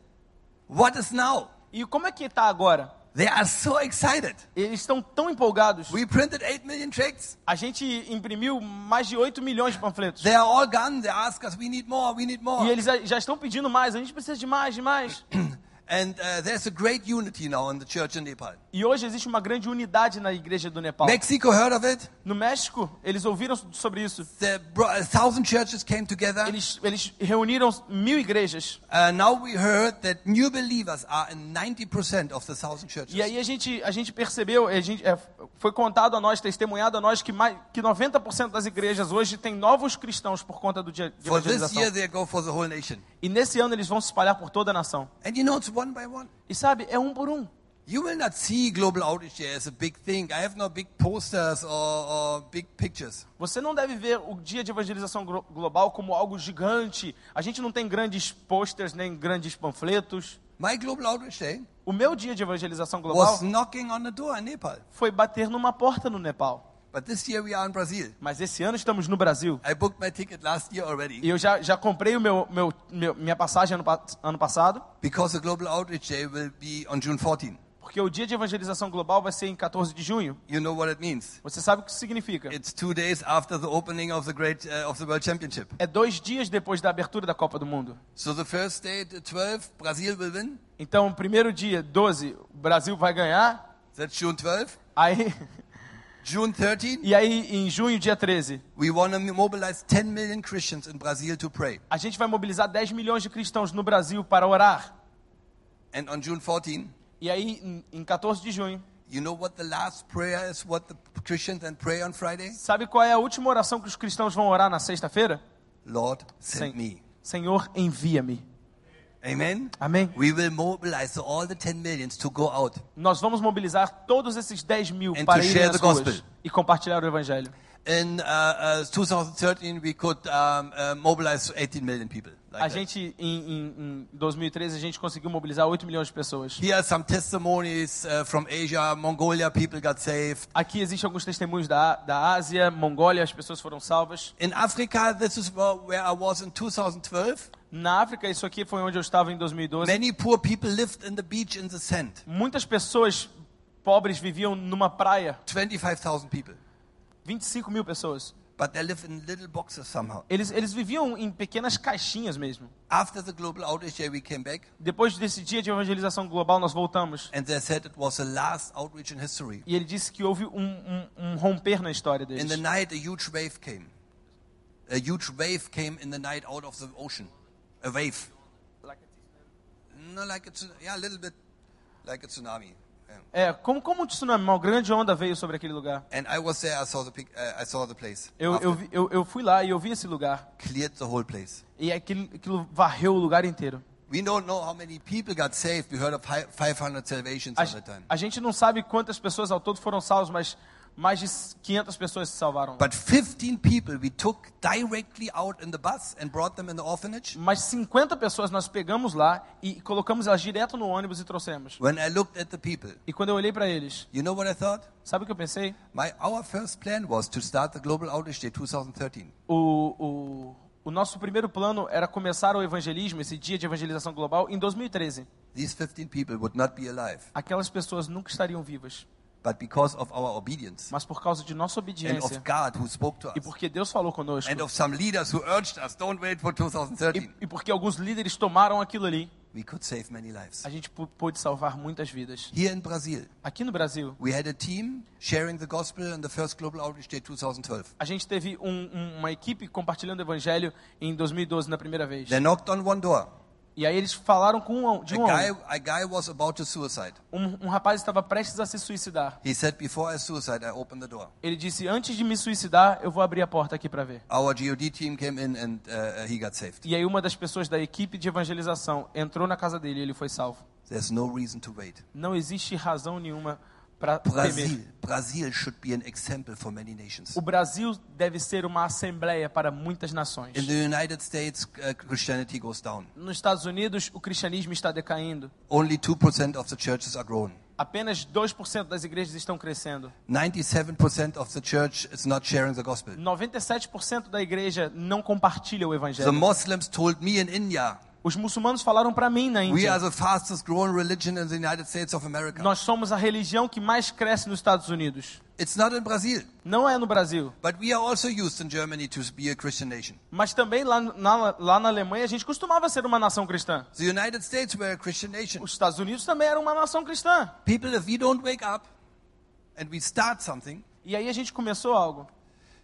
S2: What is now?
S3: E como é que tá agora?
S2: They are so excited.
S3: Eles estão tão empolgados.
S2: We printed 8 million tracts.
S3: A gente imprimiu mais de 8 milhões de panfletos.
S2: They are all gone. They ask us, we need more, we need
S3: E
S2: more.
S3: eles já- já estão pedindo mais. A gente precisa de mais, de mais.
S2: And uh, there's a great unity now in the church in Nepal.
S3: E hoje existe uma grande unidade na igreja do Nepal.
S2: Mexico heard of it.
S3: No México, eles ouviram sobre isso.
S2: The bro- a thousand churches came together.
S3: Eles, eles reuniram mil igrejas.
S2: Uh, now we heard that new believers are in 90% of the thousand churches.
S3: E aí a gente, a gente percebeu, a gente, é, foi contado a nós, testemunhado a nós, que, mais, que 90% das igrejas hoje tem novos cristãos por conta do dia de
S2: For this
S3: evangelização.
S2: year, they go for the whole nation.
S3: E nesse ano eles vão se espalhar por toda a nação.
S2: And you know, it's one by one.
S3: E sabe, é um por um.
S2: You will not see global outreach Day as a big thing. I have no big posters or, or big pictures.
S3: Você não deve ver o dia de evangelização glo- global como algo gigante. A gente não tem grandes posters, nem grandes panfletos.
S2: My global outreach day
S3: O meu dia de evangelização global
S2: was knocking on the door in Nepal.
S3: foi bater numa porta no Nepal.
S2: But this year we are in Brazil.
S3: Mas esse ano estamos no Brasil.
S2: I booked my ticket last year
S3: E
S2: already
S3: eu já, já comprei o meu, meu, meu- minha passagem ano, pa- ano passado,
S2: because the global outreach day will be on June 14.
S3: porque o dia de evangelização global vai ser em 14 de junho.
S2: You know what it means.
S3: Você sabe o que isso significa.
S2: It's two days after the opening of the great uh, of the World Championship.
S3: É dois dias depois da abertura da Copa do Mundo.
S2: So the first day, the 12th, Brazil will win.
S3: Então, primeiro dia, 12, o Brasil vai ganhar.
S2: That's June 12th.
S3: Aí,
S2: June 13th,
S3: e aí, em junho, dia 13,
S2: we want to mobilize 10 million Christians in Brazil to pray.
S3: a gente vai mobilizar 10 milhões de cristãos no Brasil para orar.
S2: And on June 14th,
S3: E aí, em- em 14 de junho,
S2: You know what the last prayer is? What the Christians then pray on Friday?
S3: sabe qual é a última oração que os cristãos vão orar na sexta-feira?
S2: Lord, send
S3: Sen-
S2: me.
S3: Senhor, envia-me.
S2: Amen.
S3: Amém?
S2: We will mobilize all the 10 millions to go out.
S3: Nós vamos mobilizar todos esses 10 mil
S2: And
S3: para
S2: to
S3: ir
S2: share
S3: nas
S2: the
S3: ruas
S2: gospel.
S3: e compartilhar o evangelho.
S2: In uh, uh, 2013, we could um, uh, mobilize 18 million people. like
S3: A
S2: that.
S3: gente, em, em- em 2013, a gente conseguiu mobilizar 8 milhões de pessoas.
S2: Here are some testimonies uh, from Asia. Mongolia people got saved.
S3: Aqui existem alguns testemunhos da, da Ásia, Mongólia, as pessoas foram salvas.
S2: In Africa, this is where where I was in 2012.
S3: Na África, isso aqui foi onde eu estava em 2012.
S2: Many poor people lived in the beach in the sand.
S3: Muitas pessoas pobres viviam numa praia,
S2: 25,000 people.
S3: 25 mil pessoas.
S2: But they live in little boxes somehow.
S3: Eles, eles viviam em pequenas caixinhas mesmo.
S2: After the global outreach day, we came back.
S3: Depois desse dia de evangelização global, nós voltamos.
S2: And they said it was the last outreach in history.
S3: E ele disse que houve um, um- um romper na história
S2: In the
S3: deles.
S2: night, a huge wave came. A huge wave came in the night out of the ocean. A wave. No, like a tsunami. Yeah, a little bit like a tsunami. Yeah.
S3: É, como, como um tsunami, uma grande onda veio sobre aquele lugar.
S2: And I was there. I saw the pic, uh, I saw the place.
S3: Eu,
S2: After
S3: eu, vi- eu, eu fui lá e eu vi esse lugar.
S2: Cleared the whole place.
S3: E aquilo, aquilo varreu o lugar inteiro.
S2: We don't know how many people got saved. We heard of hi- 500 salvations
S3: A,
S2: at that time.
S3: a gente não sabe quantas pessoas ao todo foram salvas, mas mais de 500 pessoas se salvaram.
S2: But 15 people we took directly out in the bus and brought them in the orphanage.
S3: Mas 50 pessoas nós pegamos lá e colocamos elas direto no ônibus e trouxemos.
S2: When I looked at the people,
S3: E quando eu olhei para eles,
S2: you know what I thought?
S3: sabe o que eu pensei?
S2: My, our first plan was to start the Global Outreach Day 2013.
S3: O, o, o nosso primeiro plano era começar o evangelismo, esse dia de evangelização global, em 2013.
S2: These 15 people would not be alive.
S3: Aquelas pessoas nunca estariam vivas.
S2: but because of our obedience
S3: mas por causa de
S2: and of
S3: nossa obediência
S2: God who spoke to
S3: e
S2: us
S3: porque Deus falou conosco
S2: and of some leaders who urged us, don't wait for 2013,
S3: e, e porque alguns líderes tomaram aquilo ali,
S2: we could save many lives.
S3: a gente pô- pôde salvar muitas vidas.
S2: Here in Brazil,
S3: Aqui no Brasil,
S2: we had a team sharing the gospel in the first Global Outreach Day 2012.
S3: a gente teve um- um- uma equipe compartilhando o evangelho em 2012 na primeira vez.
S2: They knocked on one door.
S3: E aí eles falaram com um, de
S2: A
S3: um
S2: guy,
S3: homem.
S2: a guy was about to suicide.
S3: Um, um rapaz estava prestes a se suicidar.
S2: He said, Before I suicide, I open the door.
S3: Ele disse: Antes de me suicidar, eu vou abrir a porta aqui para ver.
S2: Our GOD team came in and uh, he got saved.
S3: E aí uma das pessoas da equipe de evangelização entrou na casa dele e ele foi salvo.
S2: There's no reason to wait.
S3: Não existe razão nenhuma para
S2: Brazil,
S3: temer.
S2: Brazil should be an example for many nations.
S3: O Brasil deve ser uma assembleia para muitas nações.
S2: In the United States, uh, Christianity goes down.
S3: Nos Estados Unidos, o cristianismo está decaindo.
S2: Only 2% of the churches are grown.
S3: Apenas 2% das igrejas estão crescendo.
S2: 97% of the church is not sharing the gospel.
S3: Mm. 97% da igreja não compartilha o
S2: The
S3: evangelho.
S2: Muslims told me in India,
S3: Os muçulmanos falaram para mim na
S2: we are
S3: Índia.
S2: the fastest growing religion in the United States of America.
S3: Nós somos a religião que mais cresce nos Estados Unidos.
S2: It's not in Brazil,
S3: Não é no Brasil,
S2: but we are also used in Germany to be a Christian nation.
S3: mas também lá na, lá na Alemanha a gente costumava ser uma nação cristã.
S2: The United States were a Christian nation.
S3: Os Estados Unidos também era uma nação cristã.
S2: People, if we don't wake up and we start something
S3: E aí a gente começou algo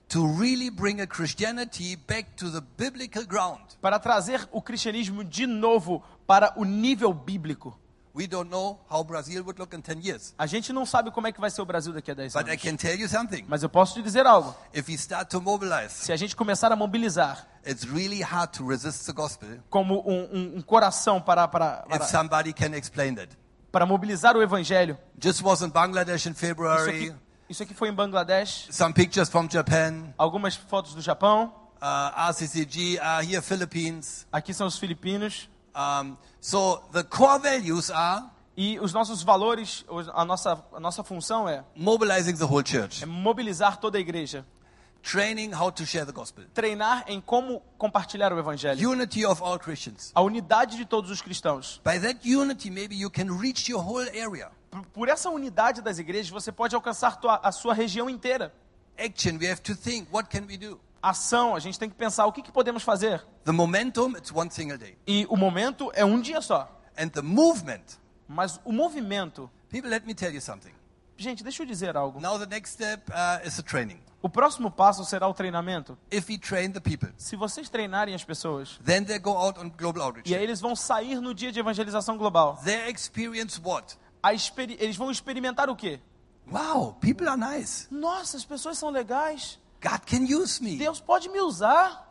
S2: to really bring a Christianity back to the biblical ground,
S3: para trazer o cristianismo de novo para o nível bíblico.
S2: we don't know how Brazil would look in 10 years.
S3: A gente não sabe como é que vai ser o Brasil daqui a 10
S2: But I
S3: anos.
S2: can tell you something.
S3: Mas eu posso te dizer algo.
S2: If we start to mobilize,
S3: Se a gente começar a mobilizar
S2: it's really hard to resist the gospel
S3: como um, um- um coração para, para,
S2: if
S3: para,
S2: somebody can explain that.
S3: para mobilizar o evangelho,
S2: Just was in Bangladesh in
S3: isso
S2: February.
S3: aqui, isso aqui foi em Bangladesh,
S2: Some pictures from Japan,
S3: algumas fotos do Japão,
S2: uh, RCCG, uh, here Philippines.
S3: aqui são os filipinos.
S2: Um, so the core values are
S3: E os nossos valores, os- a nossa, a nossa função é,
S2: mobilizing the whole church,
S3: é mobilizar toda a igreja,
S2: training how to share the gospel,
S3: treinar em como compartilhar o evangelho,
S2: unity of all Christians.
S3: a unidade de todos os cristãos.
S2: By that unity, maybe you can reach your whole area.
S3: Por, por essa unidade das igrejas, você pode alcançar tua- a sua região inteira.
S2: Action, we have to think what can we do?
S3: Ação, a gente tem que pensar o que, que podemos fazer.
S2: The momentum, it's one single day.
S3: E o momento é um dia só.
S2: And the movement,
S3: Mas o movimento.
S2: people, let me tell you something.
S3: Gente, deixa eu dizer algo.
S2: Now the next step uh, is the training.
S3: O próximo passo será o treinamento.
S2: If we train the people,
S3: Se vocês treinarem as pessoas,
S2: then they go out on global outreach.
S3: e aí eles vão sair no dia de evangelização global,
S2: They experience what?
S3: a experi- eles vão experimentar o quê?
S2: Wow, people are nice.
S3: Nossa, as pessoas são legais.
S2: God can use me.
S3: Deus pode me usar.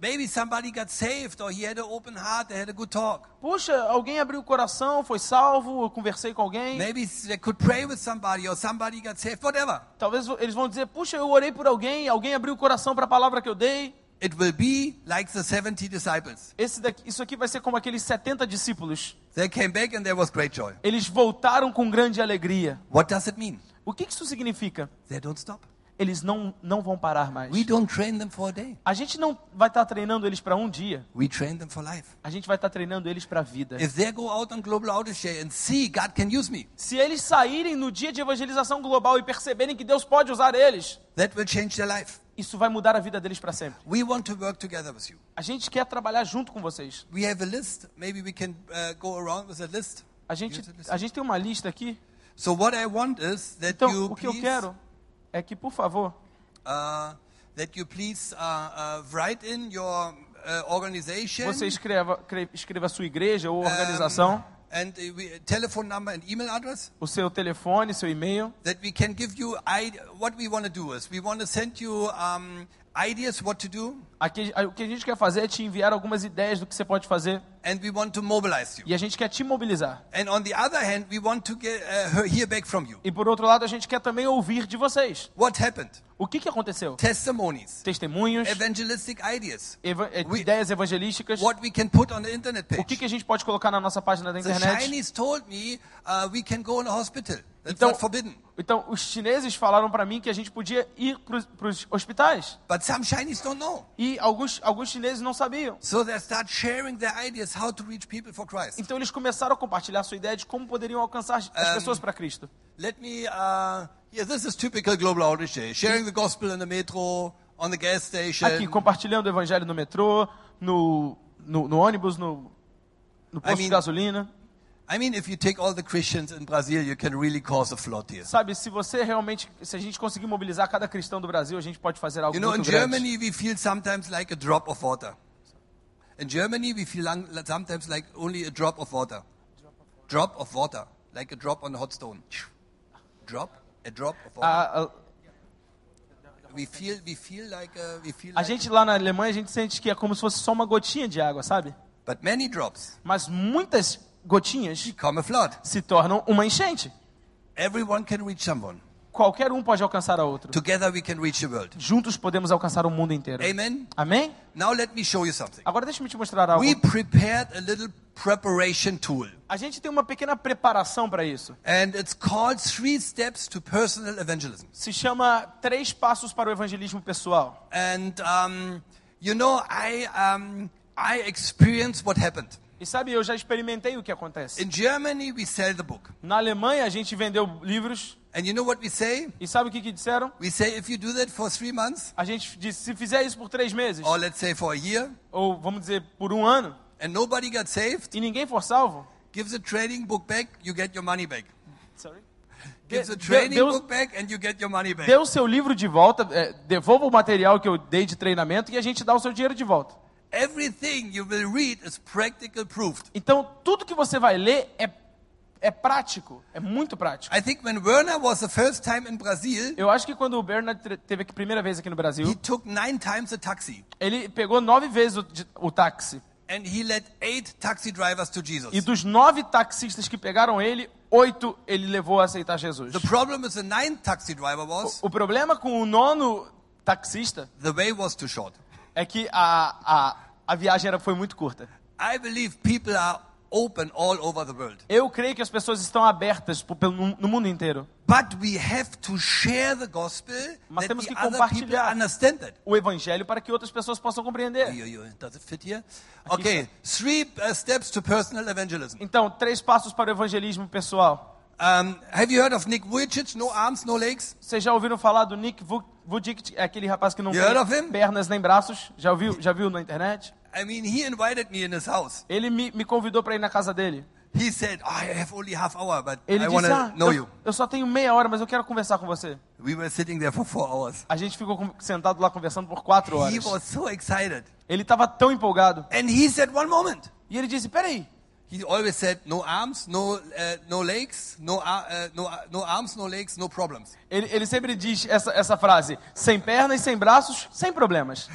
S2: Maybe somebody got saved or he had an open heart, they had a good talk.
S3: Puxa, alguém abriu o coração, foi salvo, eu conversei com alguém.
S2: Maybe they could pray with somebody or somebody got saved, whatever.
S3: Talvez vo- eles vão dizer: Puxa, eu orei por alguém, alguém abriu o coração para a palavra que eu dei.
S2: It will be like the 70 disciples.
S3: Esse daqui, isso aqui vai ser como aqueles 70 discípulos.
S2: They came back and there was great joy.
S3: Eles voltaram com grande alegria.
S2: What does it mean?
S3: O que que isso significa?
S2: They don't stop.
S3: Eles não, não vão parar mais.
S2: We don't train them for a day.
S3: A gente não vai estar treinando eles para um dia.
S2: We train them for life.
S3: A gente vai estar treinando eles para a vida.
S2: If they go out on Global Outreach Day and see God can use me,
S3: Se eles saírem no dia de evangelização global e perceberem que Deus pode usar eles,
S2: that will change their life.
S3: isso vai mudar a vida deles para sempre.
S2: We want to work together with you.
S3: A gente quer trabalhar junto com vocês.
S2: We have a list. Maybe we can uh, go around with a list.
S3: A gente,
S2: é
S3: a gente tem uma lista aqui.
S2: So what I want is that
S3: Então,
S2: you
S3: o que eu
S2: please,
S3: quero é que, por favor,
S2: uh, that you please uh, uh, write in your uh, organization,
S3: você escreva, cre- escreva a sua igreja ou
S2: um,
S3: organização,
S2: and uh, we, telephone number and email address.
S3: o seu telefone, seu e-mail.
S2: That we can give you. I, what we want to do is we want to send you um, ideas what to do,
S3: Aqui, a- o que a gente quer fazer é te enviar algumas ideias do que você pode fazer
S2: and we want to mobilize you.
S3: e a gente quer te mobilizar.
S2: And on the other hand, we want to get uh, hear back from you.
S3: E por outro lado, a gente quer também ouvir de vocês.
S2: What happened?
S3: O que, que aconteceu?
S2: Testimonies,
S3: Testemunhos,
S2: evangelistic ideas.
S3: eva- eh,
S2: We-
S3: ideias evangelísticas.
S2: What we can put on the internet
S3: O que,
S2: page.
S3: que a gente pode colocar na nossa página da
S2: The
S3: internet?
S2: Chinese told me uh, we can go in a hospital. That's
S3: Então-
S2: not forbidden.
S3: Então, os chineses falaram para mim que a gente podia ir para os hospitais.
S2: But some Chinese don't know.
S3: E alguns, alguns chineses não sabiam.
S2: So they start sharing their ideas how to reach people for Christ.
S3: Então, eles começaram a compartilhar sua ideia de como poderiam alcançar as as
S2: Um,
S3: pessoas para Cristo.
S2: Let me, uh, yeah, this is typical Global Outreach Day. Sharing the gospel in the metro, on the gas
S3: Aqui,
S2: station.
S3: compartilhando o evangelho no metrô, no, no, no ônibus, no, no posto
S2: I
S3: de
S2: mean-
S3: gasolina.
S2: I mean, if you take all the Christians in Brazil, you can really cause a flood here.
S3: Sabe, se você realmente, se a gente conseguir mobilizar cada cristão do Brasil, a gente pode fazer algo
S2: You know, in
S3: muito grande.
S2: Germany, we feel sometimes like a drop of water. In Germany, we feel lang- sometimes like only a drop of water. Drop of water. Like a drop on a hot stone. Drop, a drop of water.
S3: A, a,
S2: we feel, we feel like a, we feel
S3: a
S2: like
S3: gente lá na Alemanha, a gente sente que é como se fosse só uma gotinha de água, sabe?
S2: But many drops
S3: Mas muitas gotinhas
S2: become a flood.
S3: se tornam uma enchente.
S2: Everyone can reach someone.
S3: Qualquer um pode alcançar a outro.
S2: Together we can reach the world.
S3: Juntos podemos alcançar o mundo inteiro.
S2: Amen.
S3: Amém?
S2: Now let me show you something.
S3: Agora deixa eu te mostrar algo.
S2: We prepared a little preparation tool,
S3: A gente tem uma pequena preparação para isso.
S2: and it's called Three Steps to Personal Evangelism.
S3: Se chama Três Passos para o Evangelismo Pessoal.
S2: And um, you know, I um, I experienced what happened
S3: E sabe, eu já experimentei o que acontece.
S2: in Germany. We sell the book,
S3: Na Alemanha, a gente vendeu livros.
S2: and you know what we say?
S3: E sabe o que, que disseram?
S2: We say if you do that for three months,
S3: A gente disse, se fizer isso por três meses,
S2: or let's say for a year,
S3: ou vamos dizer, por um ano,
S2: and nobody got saved,
S3: e ninguém for salvo,
S2: give the trading book back, you get your money back.
S3: sorry,
S2: Give the
S3: De-
S2: training
S3: Deus-
S2: book back, and you get your money back.
S3: dê o seu livro de volta, é, devolva o material que eu dei de treinamento e a gente dá o seu dinheiro de volta.
S2: Everything you will read is practical proved.
S3: Então, tudo que você vai ler é, é prático, é muito prático.
S2: I think when Werner was the first time in Brazil,
S3: Eu acho que quando o Bernard tre- teve aqui a primeira vez aqui no
S2: he
S3: Brasil,
S2: took nine times a taxi
S3: ele pegou nove vezes o, de- o táxi.
S2: and he led eight taxi drivers to
S3: E
S2: Jesus.
S3: dos nove taxistas que pegaram ele, oito ele levou a aceitar Jesus.
S2: The problem with the ninth taxi driver was
S3: O problema com o nono taxista
S2: the way was too short.
S3: é que a, a, a viagem era, foi muito curta.
S2: I believe people are open all over the world.
S3: Eu creio que as pessoas estão abertas pro- pelo- no, no mundo inteiro.
S2: But we have to share the gospel
S3: Mas
S2: that
S3: temos
S2: the
S3: que
S2: other people
S3: compartilhar.
S2: understand that.
S3: O evangelho para que outras pessoas possam compreender.
S2: Yo, yo, Does it fit here? Okay, three uh, steps to personal evangelism.
S3: Então, três passos para o evangelismo pessoal.
S2: Um, have you heard of Nick Vujicic? No arms, no legs.
S3: Vocês já ouviram falar do Nick Vu- Vujicic, é aquele rapaz que não
S2: You heard of
S3: tem
S2: him?
S3: pernas nem braços? Já viu, já viu na internet?
S2: I mean, he invited me in his house.
S3: Ele me, me convidou para ir na casa dele.
S2: He said, "Oh, I have only half hour, but
S3: Ele
S2: I want
S3: disse,
S2: to
S3: ah,
S2: know
S3: eu,
S2: you.
S3: eu só tenho meia hora, mas eu quero conversar com você.
S2: We were sitting there for four hours.
S3: A gente ficou com- sentado lá conversando por quatro horas.
S2: He was so excited.
S3: Ele estava tão empolgado.
S2: And he said, one moment.
S3: E ele disse, peraí,
S2: He always said, no arms, no, uh, no legs, no, ar- uh, no, uh, no arms, no legs, no problems.
S3: Ele, ele sempre diz essa, essa frase: sem pernas, sem braços, sem problemas.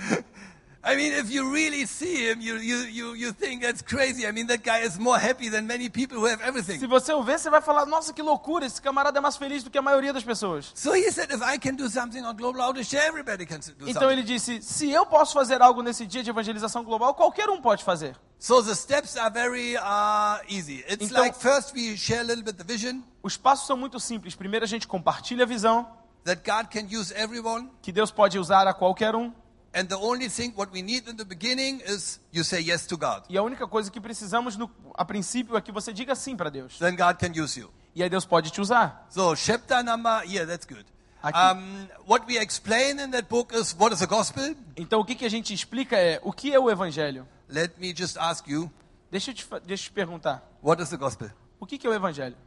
S2: I mean, if you really see him, you, you, you, you think that's crazy. I mean, that guy is more happy than many people who have
S3: Se
S2: everything.
S3: você o ver, você vai falar: nossa, que loucura, esse camarada é mais feliz do que a maioria das pessoas.
S2: So he said, if I can do something on Global Outreach, everybody can do
S3: Então
S2: something.
S3: ele disse: se eu posso fazer algo nesse dia de evangelização global, qualquer um pode fazer.
S2: So the steps are very uh, easy. It's
S3: Então-
S2: like first we share a little bit the vision
S3: Os passos são muito simples. Primeiro a gente compartilha a visão,
S2: that God can use everyone.
S3: que Deus pode usar a qualquer um.
S2: And the only thing what we need in the beginning is you say yes to God.
S3: E a única coisa que precisamos no, a princípio é que você diga sim para Deus.
S2: Then God can use you.
S3: E aí Deus pode te usar.
S2: So chapter number, yeah, that's good.
S3: I can-
S2: Um, what we explain in that book is what is the gospel.
S3: Então o que, que a gente explica é: o que é o evangelho?
S2: Let me just ask you,
S3: Deixa eu te, fa- deixa eu te perguntar:
S2: what is the gospel?
S3: o que, que é o evangelho?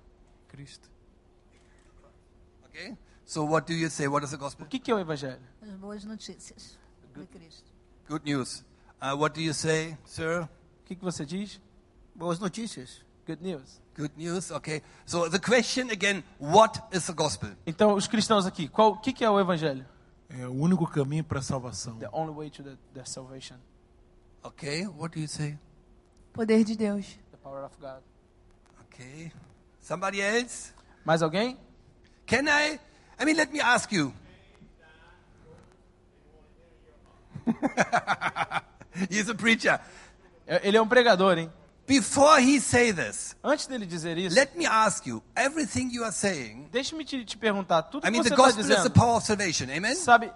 S2: Okay. So what do you say? What is the gospel?
S3: O que, que é o evangelho?
S4: As boas notícias de Cristo.
S2: Good news. Uh, what do you say, sir?
S3: O que, que você diz?
S5: Boas notícias.
S3: Good news.
S2: Good news. Okay. So the question again, what is the gospel?
S3: Então, os cristãos aqui, qual, o que, que é o evangelho?
S6: É o único caminho para a salvação.
S3: The only way to the, the salvation,
S2: Okay. What do you say?
S4: Poder de Deus.
S3: the power of God.
S2: Okay. Somebody else?
S3: Mais alguém?
S2: Can I? I mean, let me ask you. He's a preacher.
S3: É- Ele é um pregador, hein?
S2: Before he say this,
S3: Antes dele dizer isso,
S2: let me ask you, everything you are saying,
S3: deixe-me te, te perguntar, tudo
S2: I
S3: que
S2: mean
S3: você
S2: the
S3: está
S2: gospel is the
S3: dizendo,
S2: power of salvation, amen?
S3: sabe,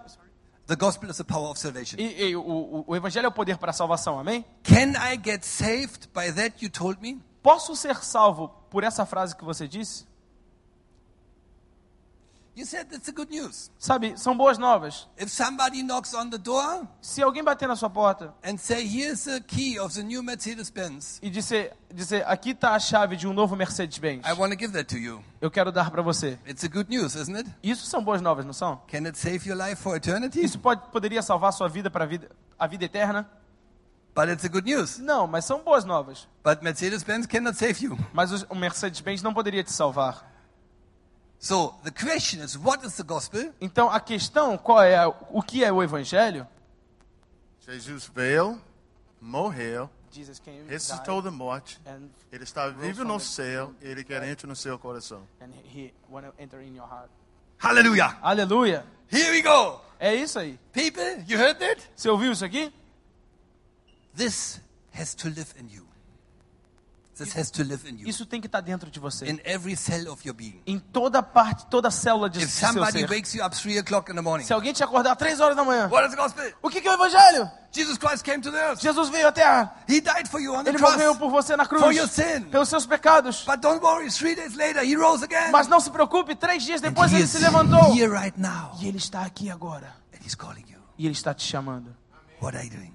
S2: The gospel is the power of salvation.
S3: e, e, o, o- o evangelho é o poder para a salvação, amém?
S2: Can I get saved by that you told me?
S3: Posso ser salvo por essa frase que você disse?
S2: You said that's the good news.
S3: Sabe, são boas novas.
S2: If somebody knocks on the door
S3: Se alguém bater na sua porta
S2: and say, here's the key of the new Mercedes-Benz,
S3: e dizer, dizer aqui está a chave de um novo Mercedes-Benz,
S2: I want to give that to you.
S3: eu quero dar para você.
S2: It's the good news, isn't it?
S3: Isso são boas novas, não são?
S2: Can it save your life for eternity?
S3: Isso pode, poderia salvar sua vida para a vida, a vida eterna?
S2: But it's the good news.
S3: Não, mas são boas novas.
S2: But Mercedes-Benz cannot save you.
S3: Mas os- o Mercedes-Benz não poderia te salvar.
S2: So the question is, what is the gospel?
S3: Então a questão qual é a- o que é o evangelho?
S5: Jesus veio, morreu,
S3: Jesus came,
S5: ressuscitou da morte.
S3: and
S5: Ele está vivo no céu, ele garante no seu coração.
S3: and he wanna enter in your heart.
S2: Hallelujah.
S3: Aleluia.
S2: Here we go.
S3: É isso aí.
S2: People, you heard that?
S3: Você ouviu isso aqui?
S2: This has to live in you. This has to live in you.
S3: Isso tem que estar dentro de você.
S2: In every cell of your being.
S3: Em toda parte, toda célula de
S2: If
S3: seu
S2: somebody
S3: ser.
S2: wakes you up 3 o'clock in the morning,
S3: Se alguém te acordar três horas da manhã,
S2: what is the gospel?
S3: o que que é o evangelho?
S2: Jesus Christ came to the earth.
S3: Jesus veio à terra.
S2: He died for you on the
S3: Ele
S2: cross.
S3: morreu por você na cruz.
S2: For your sin.
S3: Pelos seus pecados.
S2: But don't worry, three days later, he rose again.
S3: Mas não se preocupe, três dias
S2: And
S3: depois
S2: he
S3: ele
S2: is
S3: se levantou.
S2: here right now.
S3: E ele está aqui agora.
S2: And he's calling you.
S3: E ele está te chamando.
S2: What are you doing?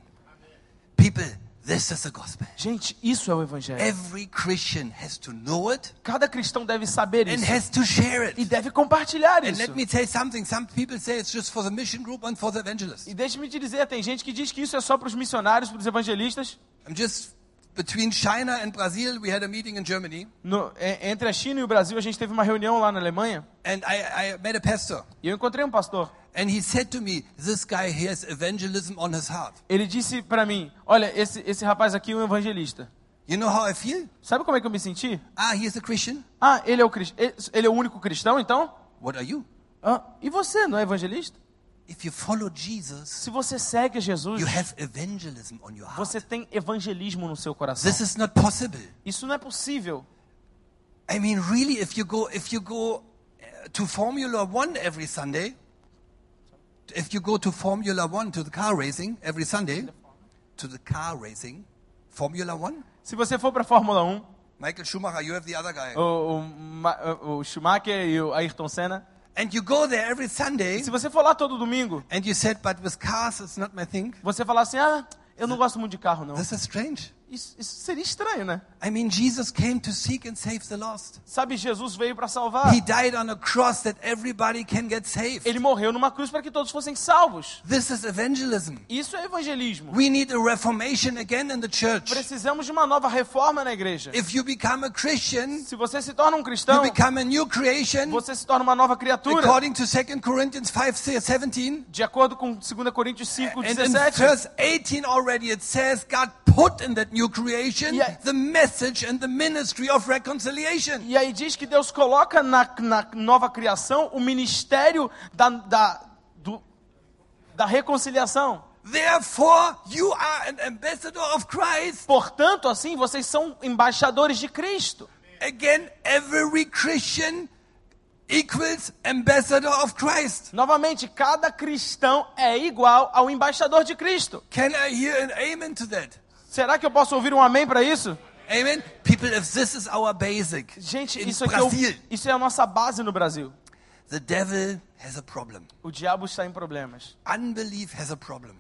S2: People, this is the gospel.
S3: Gente, isso é o evangelho.
S2: Every Christian has to know it
S3: Cada cristão deve saber
S2: and
S3: isso.
S2: has to share it.
S3: E deve compartilhar
S2: And
S3: isso.
S2: let me say something. Some people say it's just for the mission group and for the evangelists.
S3: E deixe-me te dizer, tem gente que diz que isso é só para os missionários, para os evangelistas.
S2: I'm just between China and Brazil. We had a meeting in Germany,
S3: No- é- entre a China e o Brasil, a gente teve uma reunião lá na Alemanha.
S2: and I, I met a pastor,
S3: E eu encontrei um pastor.
S2: and he said to me, "This guy has evangelism on his heart."
S3: Ele disse para mim, olha, esse, esse rapaz aqui é um evangelista.
S2: You know how I feel?
S3: Sabe como é que eu me senti?
S2: Ah, he is a Christian.
S3: Ah, ele é o, cris- ele- ele é o único cristão, então?
S2: What are you?
S3: Ah, e você, não é evangelista?
S2: If you follow Jesus,
S3: Se você segue Jesus,
S2: you have evangelism on your heart.
S3: você tem evangelismo no seu coração.
S2: This is not possible.
S3: Isso não é possível.
S2: I mean, really, if you go, if you go uh, to Formula One every Sunday, if you go to Formula One to the car racing every Sunday, to the car racing, Formula One,
S3: Se você for para a Fórmula 1,
S2: Michael Schumacher, you have the other guy,
S3: o, o Ma- o Schumacher e o Ayrton Senna,
S2: and you go there every Sunday,
S3: se você for lá todo domingo,
S2: and you said, "But with cars, it's not my thing."
S3: você falar assim, ah, eu não gosto muito de carro, não.
S2: This is strange.
S3: Isso, isso seria estranho, né?
S2: I mean, Jesus came to seek and save the lost.
S3: Sabe, Jesus veio para salvar.
S2: He died on a cross that everybody can get saved.
S3: Ele morreu numa cruz para que todos fossem salvos.
S2: This is evangelism.
S3: Isso é evangelismo.
S2: We need a reformation again in the church.
S3: Precisamos de uma nova reforma na igreja.
S2: If you become a Christian,
S3: Se você se torna um
S2: you
S3: cristão,
S2: become a new creation
S3: você se torna uma nova criatura.
S2: according to 2 Corinthians 5 17.
S3: De acordo com 2 Coríntios 5,
S2: And in
S3: 17.
S2: verse 18 already it says God put in that new creation
S3: Yeah.
S2: the message and the ministry of reconciliation.
S3: E aí diz que Deus coloca na, na nova criação o ministério da, da, do- da reconciliação.
S2: Therefore, you are an ambassador of Christ.
S3: Portanto, assim, vocês são embaixadores de Cristo.
S2: Again, every Christian equals ambassador of Christ.
S3: Novamente, cada cristão é igual ao embaixador de Cristo.
S2: Can I hear an amen to that?
S3: Será que eu posso ouvir um amém para isso?
S2: Amen? People, if this is our basic
S3: Gente,
S2: in
S3: isso aqui é, o-
S2: Brazil,
S3: isso é a nossa base no Brasil.
S2: the devil has a problem.
S3: O diabo está em problemas.
S2: Unbelief has a problem.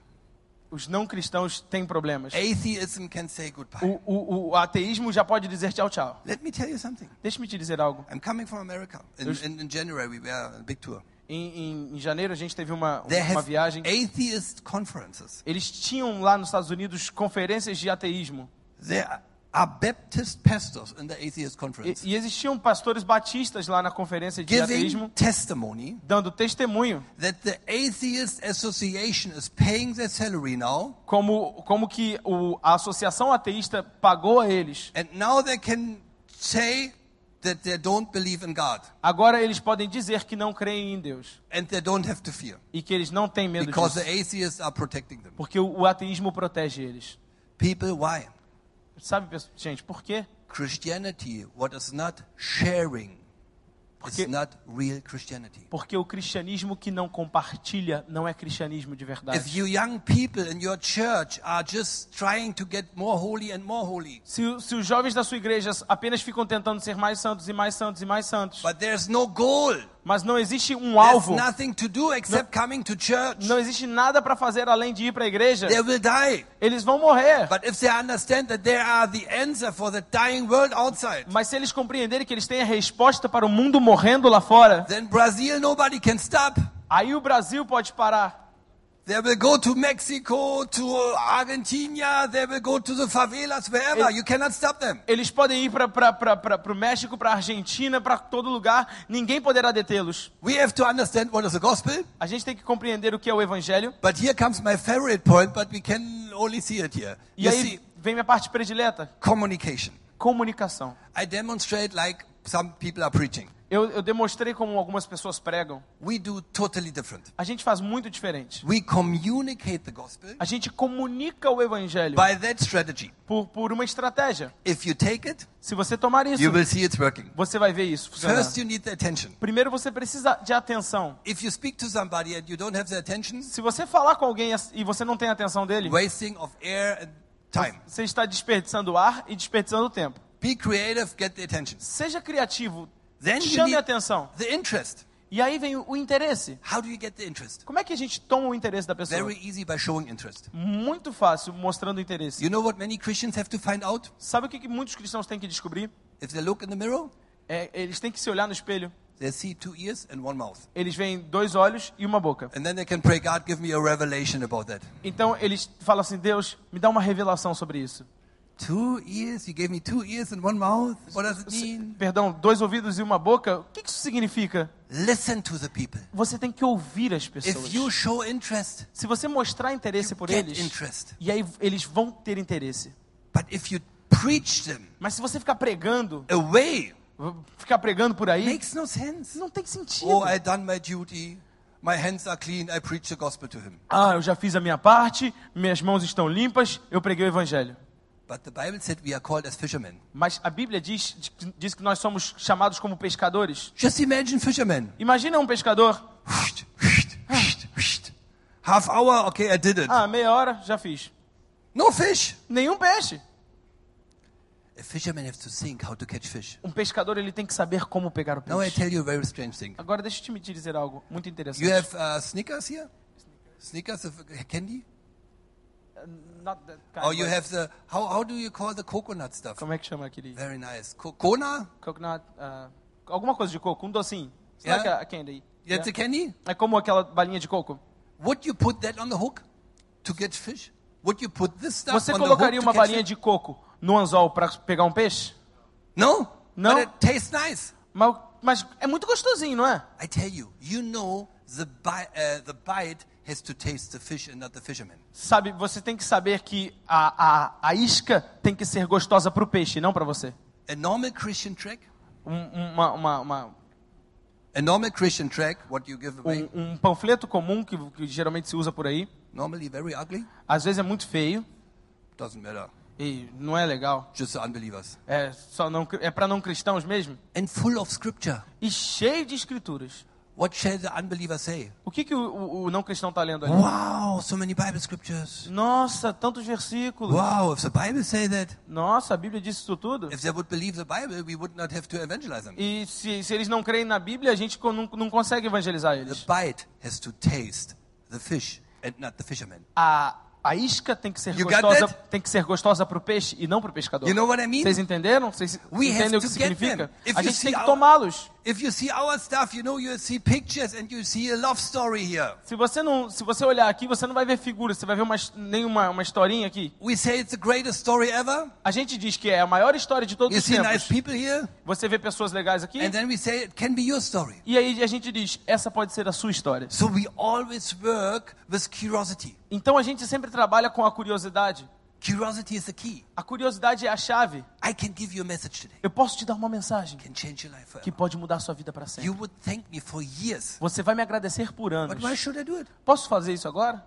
S3: Os não cristãos têm problemas.
S2: Atheism can say goodbye.
S3: O, o- o ateísmo já pode dizer tchau, tchau.
S2: Let me tell you something.
S3: Deixa-me te dizer algo.
S2: I'm coming from America. In, in, in January, we were on a big tour.
S3: Em, em- em janeiro a gente teve uma,
S2: They
S3: uma
S2: have
S3: viagem.
S2: atheist conferences.
S3: Eles tinham lá nos Estados Unidos conferências de ateísmo.
S2: There are Baptist pastors in the atheist
S3: E,
S2: conference
S3: e existiam pastores batistas lá na conferência de
S2: giving
S3: ateísmo,
S2: testimony
S3: dando testemunho
S2: that the Atheist Association is paying their salary now,
S3: como, como que o, a associação ateísta pagou a eles.
S2: and now they can say that they don't believe in God
S3: Agora eles podem dizer que não creem em Deus
S2: and they don't have to fear
S3: e que eles não têm medo
S2: because
S3: disso,
S2: the atheists are protecting them.
S3: porque o, o ateísmo protege eles.
S2: People, why?
S3: Sabe, pessoal, gente, por quê?
S2: Christianity, what is not sharing, is
S3: Porque-
S2: not real Christianity.
S3: Porque o cristianismo que não compartilha não é cristianismo de
S2: If
S3: verdade.
S2: you young people in your church are just trying to get more holy and more holy,
S3: Se, o- se os jovens da sua igreja apenas ficam tentando ser mais santos e mais santos e mais santos,
S2: but there's no goal,
S3: mas não existe um
S2: there's
S3: alvo,
S2: nothing to do except coming to church,
S3: não existe nada para fazer além de ir para a igreja,
S2: they will die.
S3: eles vão morrer.
S2: But if they understand that they are the answer for the dying world outside,
S3: Mas se eles compreenderem que eles têm a resposta para o mundo morrendo lá fora,
S2: then Brazil nobody can stop.
S3: aí o Brasil pode parar.
S2: They will go to Mexico, to Argentina, they will go to the favelas, wherever.
S3: It-
S2: you cannot stop them.
S3: Eles podem ir para o México, para a Argentina, para todo lugar, ninguém poderá detê-los.
S2: We have to understand what is the gospel.
S3: A gente tem que compreender o que é o Evangelho.
S2: But here comes my favorite point, but we can only see it here.
S3: E assim-
S2: You
S3: aí
S2: see,
S3: vem minha parte predileta:
S2: communication.
S3: comunicação.
S2: I demonstrate like some people are preaching.
S3: Eu, eu demonstrei como algumas pessoas pregam.
S2: We do totally different.
S3: A gente faz muito diferente.
S2: We communicate the gospel
S3: A gente comunica o Evangelho
S2: by that strategy.
S3: por, por uma estratégia.
S2: If you take it,
S3: Se você tomar isso,
S2: you will see it's working.
S3: você vai ver isso funcionar.
S2: First, you need the attention.
S3: Primeiro, você precisa de atenção.
S2: If you speak to somebody and you don't have the attention,
S3: Se você falar com alguém e você não tem a atenção dele,
S2: wasting of air and time.
S3: você está desperdiçando ar e desperdiçando tempo.
S2: Be creative, get the attention.
S3: Seja criativo,
S2: Then you
S3: chame
S2: need
S3: a atenção.
S2: the interest.
S3: E aí vem o o interesse.
S2: How do you get the interest?
S3: Como é que a gente toma o interesse da pessoa?
S2: Very easy by showing interest.
S3: Muito fácil, mostrando interesse.
S2: You know what many Christians have to find out?
S3: Sabe o que, que muitos cristãos têm que descobrir?
S2: If they look in the mirror,
S3: É, eles têm que se olhar no espelho.
S2: they see two ears and one mouth.
S3: Eles veem dois olhos e uma boca.
S2: And then they can pray, God, give me a revelation about that.
S3: Então eles falam assim: Deus, me dá uma revelação sobre isso.
S2: Two ears? You gave me two ears and one mouth? What does it mean?
S3: Perdão, dois ouvidos e uma boca. O que que isso significa?
S2: Listen to the people.
S3: Você tem que ouvir as
S2: If you
S3: pessoas.
S2: show interest,
S3: Se você mostrar interesse por
S2: get
S3: eles,
S2: interest.
S3: e aí eles vão ter interesse.
S2: But if you preach them
S3: Mas se você ficar pregando,
S2: away,
S3: ficar pregando por aí,
S2: makes no sense.
S3: não tem sentido.
S2: Oh, I done my duty. My hands are clean. I preach the gospel to him.
S3: Ah, eu já fiz a minha parte, minhas mãos estão limpas, eu preguei o evangelho.
S2: But the Bible said we are called as fishermen.
S3: Mas a Bíblia diz, diz que nós somos chamados como pescadores.
S2: Just imagine fishermen.
S3: Imagina um pescador.
S2: Half hour, okay, I did it.
S3: Ah, meia hora, já fiz.
S2: No fish.
S3: Nenhum peixe.
S2: A fisherman has to think how to catch fish.
S3: Um pescador ele tem que saber como pegar o
S2: Now I
S3: peixe.
S2: tell you a very strange thing.
S3: Agora deixa eu te me te dizer algo muito interessante.
S2: You have uh, Snickers here? Snickers of uh, candy?
S3: Not that kind,
S2: Or Oh, you
S3: but-
S2: have the, how, how do you call the coconut stuff?
S3: Como é que chama aquele?
S2: Very nice. Co- Kona?
S3: Coconut, ah, alguma coisa de coco, um docinho. Será
S2: Yeah.
S3: que é a candy?
S2: That's a candy?
S3: É como aquela balinha de coco.
S2: Would you put that on the hook to get fish? Would you put this stuff
S3: Você
S2: on the hook
S3: colocaria
S2: to
S3: uma
S2: catch
S3: balinha
S2: fish?
S3: de coco no anzol para pegar um peixe?
S2: No,
S3: No?
S2: But it tastes nice.
S3: Mas, mas é muito gostosinho, não é?
S2: I tell you, you know the bite, uh, the bite has to taste the fish and not the fisherman.
S3: Sabe, você tem que saber que a, a, a isca tem que ser gostosa para o peixe, não para você.
S2: A normal Christian track,
S3: Um, uma- uma- uma-
S2: a normal Christian track, what you give away,
S3: um, um panfleto comum que, que geralmente se usa por aí,
S2: normally very ugly,
S3: às vezes é muito feio
S2: doesn't matter.
S3: e não é legal.
S2: Just the unbelievers.
S3: É só não cri- é para não cristãos mesmo.
S2: And full of scripture.
S3: E cheio de escrituras.
S2: What shall the unbeliever say?
S3: O que, que o, o- o não cristão está lendo ali?
S2: Wow, so many Bible scriptures.
S3: Nossa, tantos versículos.
S2: Wow, if the Bible say that,
S3: Nossa, a Bíblia disse isso tudo.
S2: if they would believe the Bible, we would not have to evangelize them.
S3: E se, se eles não creem na Bíblia, a gente co- não, não consegue evangelizar
S2: The
S3: eles.
S2: bite has to taste the fish and not the fisherman.
S3: A, a isca tem que ser
S2: You got
S3: gostosa,
S2: that?
S3: tem que ser gostosa para o peixe e não para o pescador.
S2: You know what I mean?
S3: Vocês entenderam? Vocês
S2: We have
S3: entendem o
S2: to
S3: que
S2: get
S3: significa?
S2: them. If
S3: A
S2: you
S3: gente
S2: see
S3: tem que
S2: our-
S3: tomá-los.
S2: If you see our stuff, you know you see pictures and you see a love story here.
S3: Se você não, se você olhar aqui, você não vai ver figuras, você vai ver uma, nenhuma uma historinha aqui.
S2: We say it's the greatest story ever.
S3: A gente diz que é a maior história de todos
S2: You
S3: os
S2: see
S3: tempos.
S2: nice people here,
S3: Você vê pessoas legais aqui,
S2: and then we say it can be your story.
S3: e aí a gente diz, essa pode ser a sua história.
S2: So we always work with curiosity.
S3: Então a gente sempre trabalha com a curiosidade.
S2: Curiosity is the key.
S3: A curiosidade é a chave.
S2: I can give you a message today.
S3: Eu posso te dar uma mensagem
S2: Can change your life
S3: que
S2: forever.
S3: pode mudar a sua vida para sempre.
S2: You would thank me for years.
S3: Você vai me agradecer por
S2: But why
S3: anos.
S2: should I do it?
S3: Posso fazer isso agora?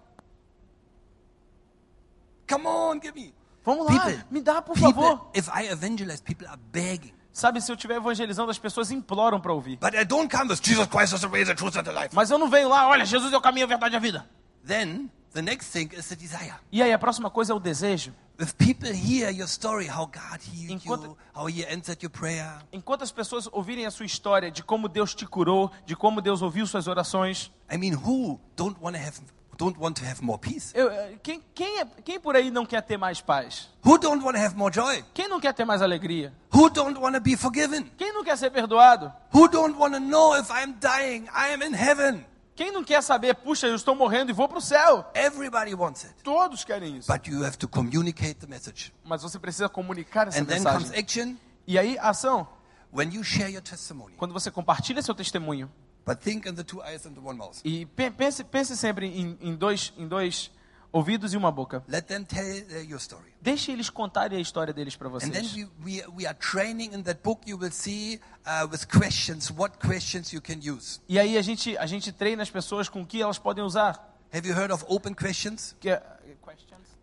S2: Come on, give me.
S3: Vamos lá,
S2: People.
S3: me dá, por favor.
S2: People, if I evangelize, people are begging.
S3: Sabe, se eu estiver evangelizando, as pessoas imploram para ouvir.
S2: But I don't come with Jesus Christ as the way, the truth, and the life.
S3: Mas eu não venho lá, olha, Jesus é o caminho, a verdade e a vida.
S2: Then the next thing is the desire.
S3: E aí, a próxima coisa é o desejo.
S2: If people hear your story, how God healed
S3: Enquanto-
S2: you, how He answered your prayer,
S3: Enquanto as pessoas ouvirem a sua história de como Deus te curou, de como Deus ouviu suas orações,
S2: I mean, who don't want to have don't want to have more peace?
S3: eu- eh, quem, quem, é- quem por aí não quer ter mais paz?
S2: Who don't want to have more joy?
S3: Quem não quer ter mais alegria?
S2: Who don't want to be forgiven?
S3: Quem não quer ser perdoado?
S2: Who don't want to know if I'm dying, I am in heaven?
S3: Quem não quer saber, puxa, eu estou morrendo e vou para o céu?
S2: Everybody wants it,
S3: Todos querem isso.
S2: but you have to communicate the message.
S3: Mas você precisa comunicar essa
S2: And then comes
S3: mensagem.
S2: action
S3: E aí, ação.
S2: when you share your testimony.
S3: Quando você compartilha seu testemunho,
S2: But think in the two eyes and the one mouth.
S3: E pe- pense, pense sempre em, em dois, em dois ouvidos e uma boca.
S2: Let them tell uh, your story.
S3: Deixe eles contarem a história deles para
S2: And then
S3: vocês.
S2: we, we, we are training in that book, you will see uh, with questions what questions you can use.
S3: E aí a gente, a gente treina as pessoas com o que elas podem usar.
S2: Have you heard of open questions?
S3: Que é,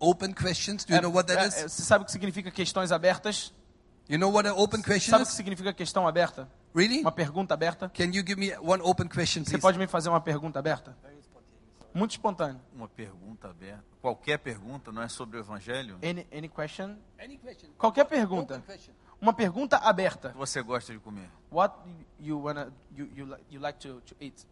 S2: Open questions, do you know what
S3: É,
S2: that
S3: é,
S2: is?
S3: você sabe o que significa questões abertas?
S2: You know what an open question
S3: Sabe o que
S2: is?
S3: significa questão aberta?
S2: Really?
S3: Uma pergunta aberta?
S2: Can you give me one open question,
S3: Você
S2: please?
S3: pode me fazer uma pergunta aberta? Muito espontâneo.
S7: Uma pergunta aberta. Qualquer pergunta, não é sobre o evangelho?
S3: Any, any question?
S2: Any question.
S3: Qualquer pergunta. Uma pergunta aberta.
S7: O que você gosta de comer?
S3: What you wanna you, you, li- you like to, to eat?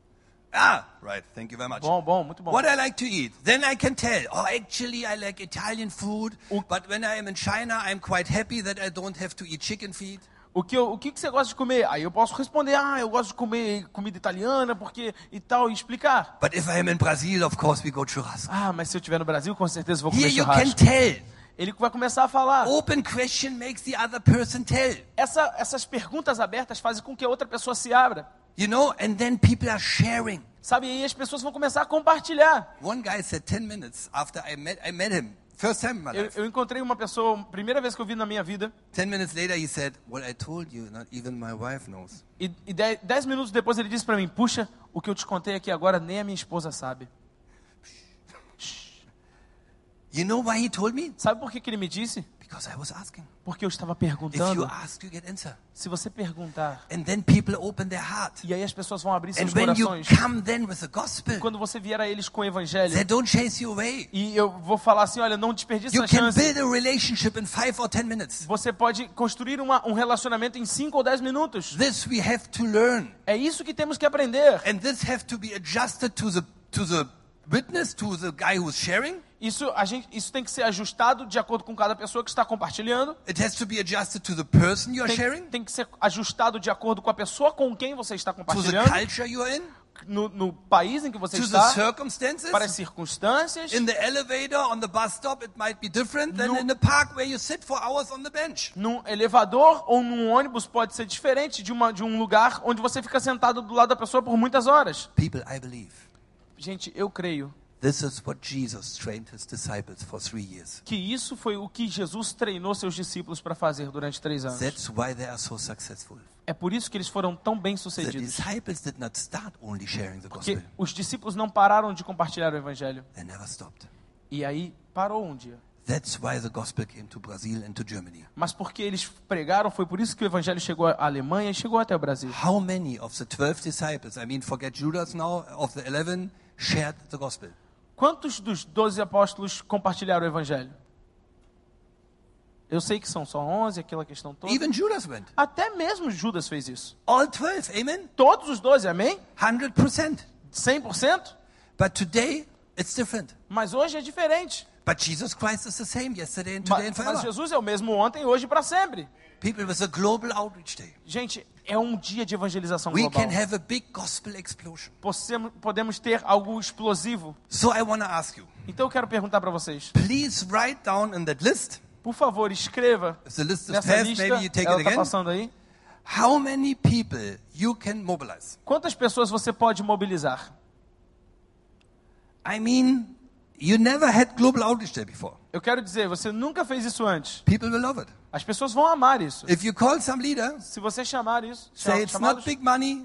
S2: Ah, right. Thank you very much.
S3: Bom, bom, muito bom.
S2: What I like to eat, then I can tell. Oh, actually, I like Italian food,
S3: Und-
S2: but when I am in China, I'm quite happy that I don't have to eat chicken feet.
S3: O que, eu- o que que você gosta de comer? Aí eu posso responder, ah, eu gosto de comer comida italiana, porque e tal, e explicar.
S2: But if I am in Brazil, of course, we go churrasco.
S3: Ah, mas se eu estiver no Brasil, com certeza eu vou
S2: Here
S3: comer
S2: you can Oh.
S3: churrasco.
S2: tell.
S3: Ele vai começar a falar.
S2: Open question makes the other person tell.
S3: Essa- essas perguntas abertas fazem com que a outra pessoa se abra.
S2: You know, and then people are sharing.
S3: Sabe, e as pessoas vão começar a compartilhar.
S2: One guy said 10 minutes after I met, I met him. First time in my
S3: Eu,
S2: life.
S3: eu encontrei uma pessoa, primeira vez que eu vi na minha vida,
S2: 10 minutes later, he said, What I told you, not even my wife knows.
S3: e, e dez, dez minutos depois ele disse pra mim, puxa, o que eu te contei aqui agora nem a minha esposa sabe.
S2: You know why he told me?
S3: Sabe por que, que ele me disse?
S2: Because I was asking.
S3: Porque eu estava
S2: If you
S3: perguntando.
S2: ask, you get answer.
S3: Se você perguntar,
S2: And then people open their heart.
S3: E aí as pessoas vão abrir
S2: And
S3: seus
S2: when you
S3: corações.
S2: come then with the
S3: E
S2: gospel,
S3: Quando você vier a eles com o evangelho,
S2: they don't chase you away.
S3: e eu vou falar assim, olha, não desperdice
S2: You
S3: essa
S2: can
S3: chance.
S2: build a relationship in five or ten minutes.
S3: Você pode construir uma- um relacionamento em 5 ou 10 minutos.
S2: This we have to learn,
S3: É isso que temos que aprender.
S2: and this have to be adjusted to the to the witness, to the guy who's sharing.
S3: Isso, a gente, isso tem que ser ajustado de acordo com cada pessoa que está compartilhando.
S2: It has to be adjusted to the person you're
S3: Tem,
S2: sharing,
S3: tem que ser ajustado de acordo com a pessoa com quem você está
S2: to the
S3: compartilhando,
S2: culture you're in,
S3: no, no país em que você
S2: to the
S3: está,
S2: circumstances.
S3: para as circunstâncias.
S2: In the elevator, on the bus stop, it might be different than
S3: No-
S2: in the park where you sit for hours on the bench.
S3: Num elevador ou num ônibus pode ser diferente de, uma, de um lugar onde você fica sentado do lado da pessoa por muitas horas.
S2: People, I believe.
S3: Gente, eu creio
S2: This is what Jesus trained his disciples for three years.
S3: que isso foi o que Jesus treinou seus discípulos para fazer durante três anos.
S2: That's why they are so successful.
S3: É por isso que eles foram tão bem
S2: The
S3: sucedidos.
S2: disciples did not start only sharing the gospel,
S3: Porque os discípulos não pararam de compartilhar o evangelho.
S2: they never stopped.
S3: E aí parou um dia.
S2: That's why the gospel came to Brazil and to Germany.
S3: Mas porque eles pregaram, foi por isso que o evangelho chegou à Alemanha e chegou até o Brasil.
S2: How many of the 12 disciples, I mean, forget Judas now, of the 11, shared the gospel?
S3: Quantos dos doze apóstolos compartilharam o evangelho? Eu sei que são só 11, aquela questão toda.
S2: Even Judas went.
S3: Até mesmo Judas fez isso.
S2: All 12, amen?
S3: Todos os 12, amém?
S2: 100%.
S3: 100%?
S2: But today, it's different.
S3: Mas hoje é diferente.
S2: But Jesus Christ is the same yesterday and
S3: Ma-
S2: today and
S3: Mas,
S2: forever.
S3: Jesus é o mesmo ontem, hoje e para sempre.
S2: People, with a global outreach day.
S3: Gente, é um dia de evangelização
S2: We can
S3: global.
S2: have a big gospel explosion.
S3: Possemo- Podemos ter algo explosivo.
S2: So I want to ask you,
S3: Então eu quero perguntar para vocês.
S2: please write down in that list,
S3: Por favor, escreva
S2: if the list is
S3: nessa
S2: fast,
S3: lista.
S2: maybe you take
S3: Ela
S2: it
S3: está
S2: again,
S3: passando aí.
S2: how many people you can mobilize.
S3: Quantas pessoas você pode mobilizar?
S2: I mean, you never had global outreach day before.
S3: Eu quero dizer, você nunca fez isso antes.
S2: People will love it.
S3: As pessoas vão amar isso.
S2: If you call some leader,
S3: Se você chamar isso,
S2: say it's not
S3: chamá-los,
S2: big money,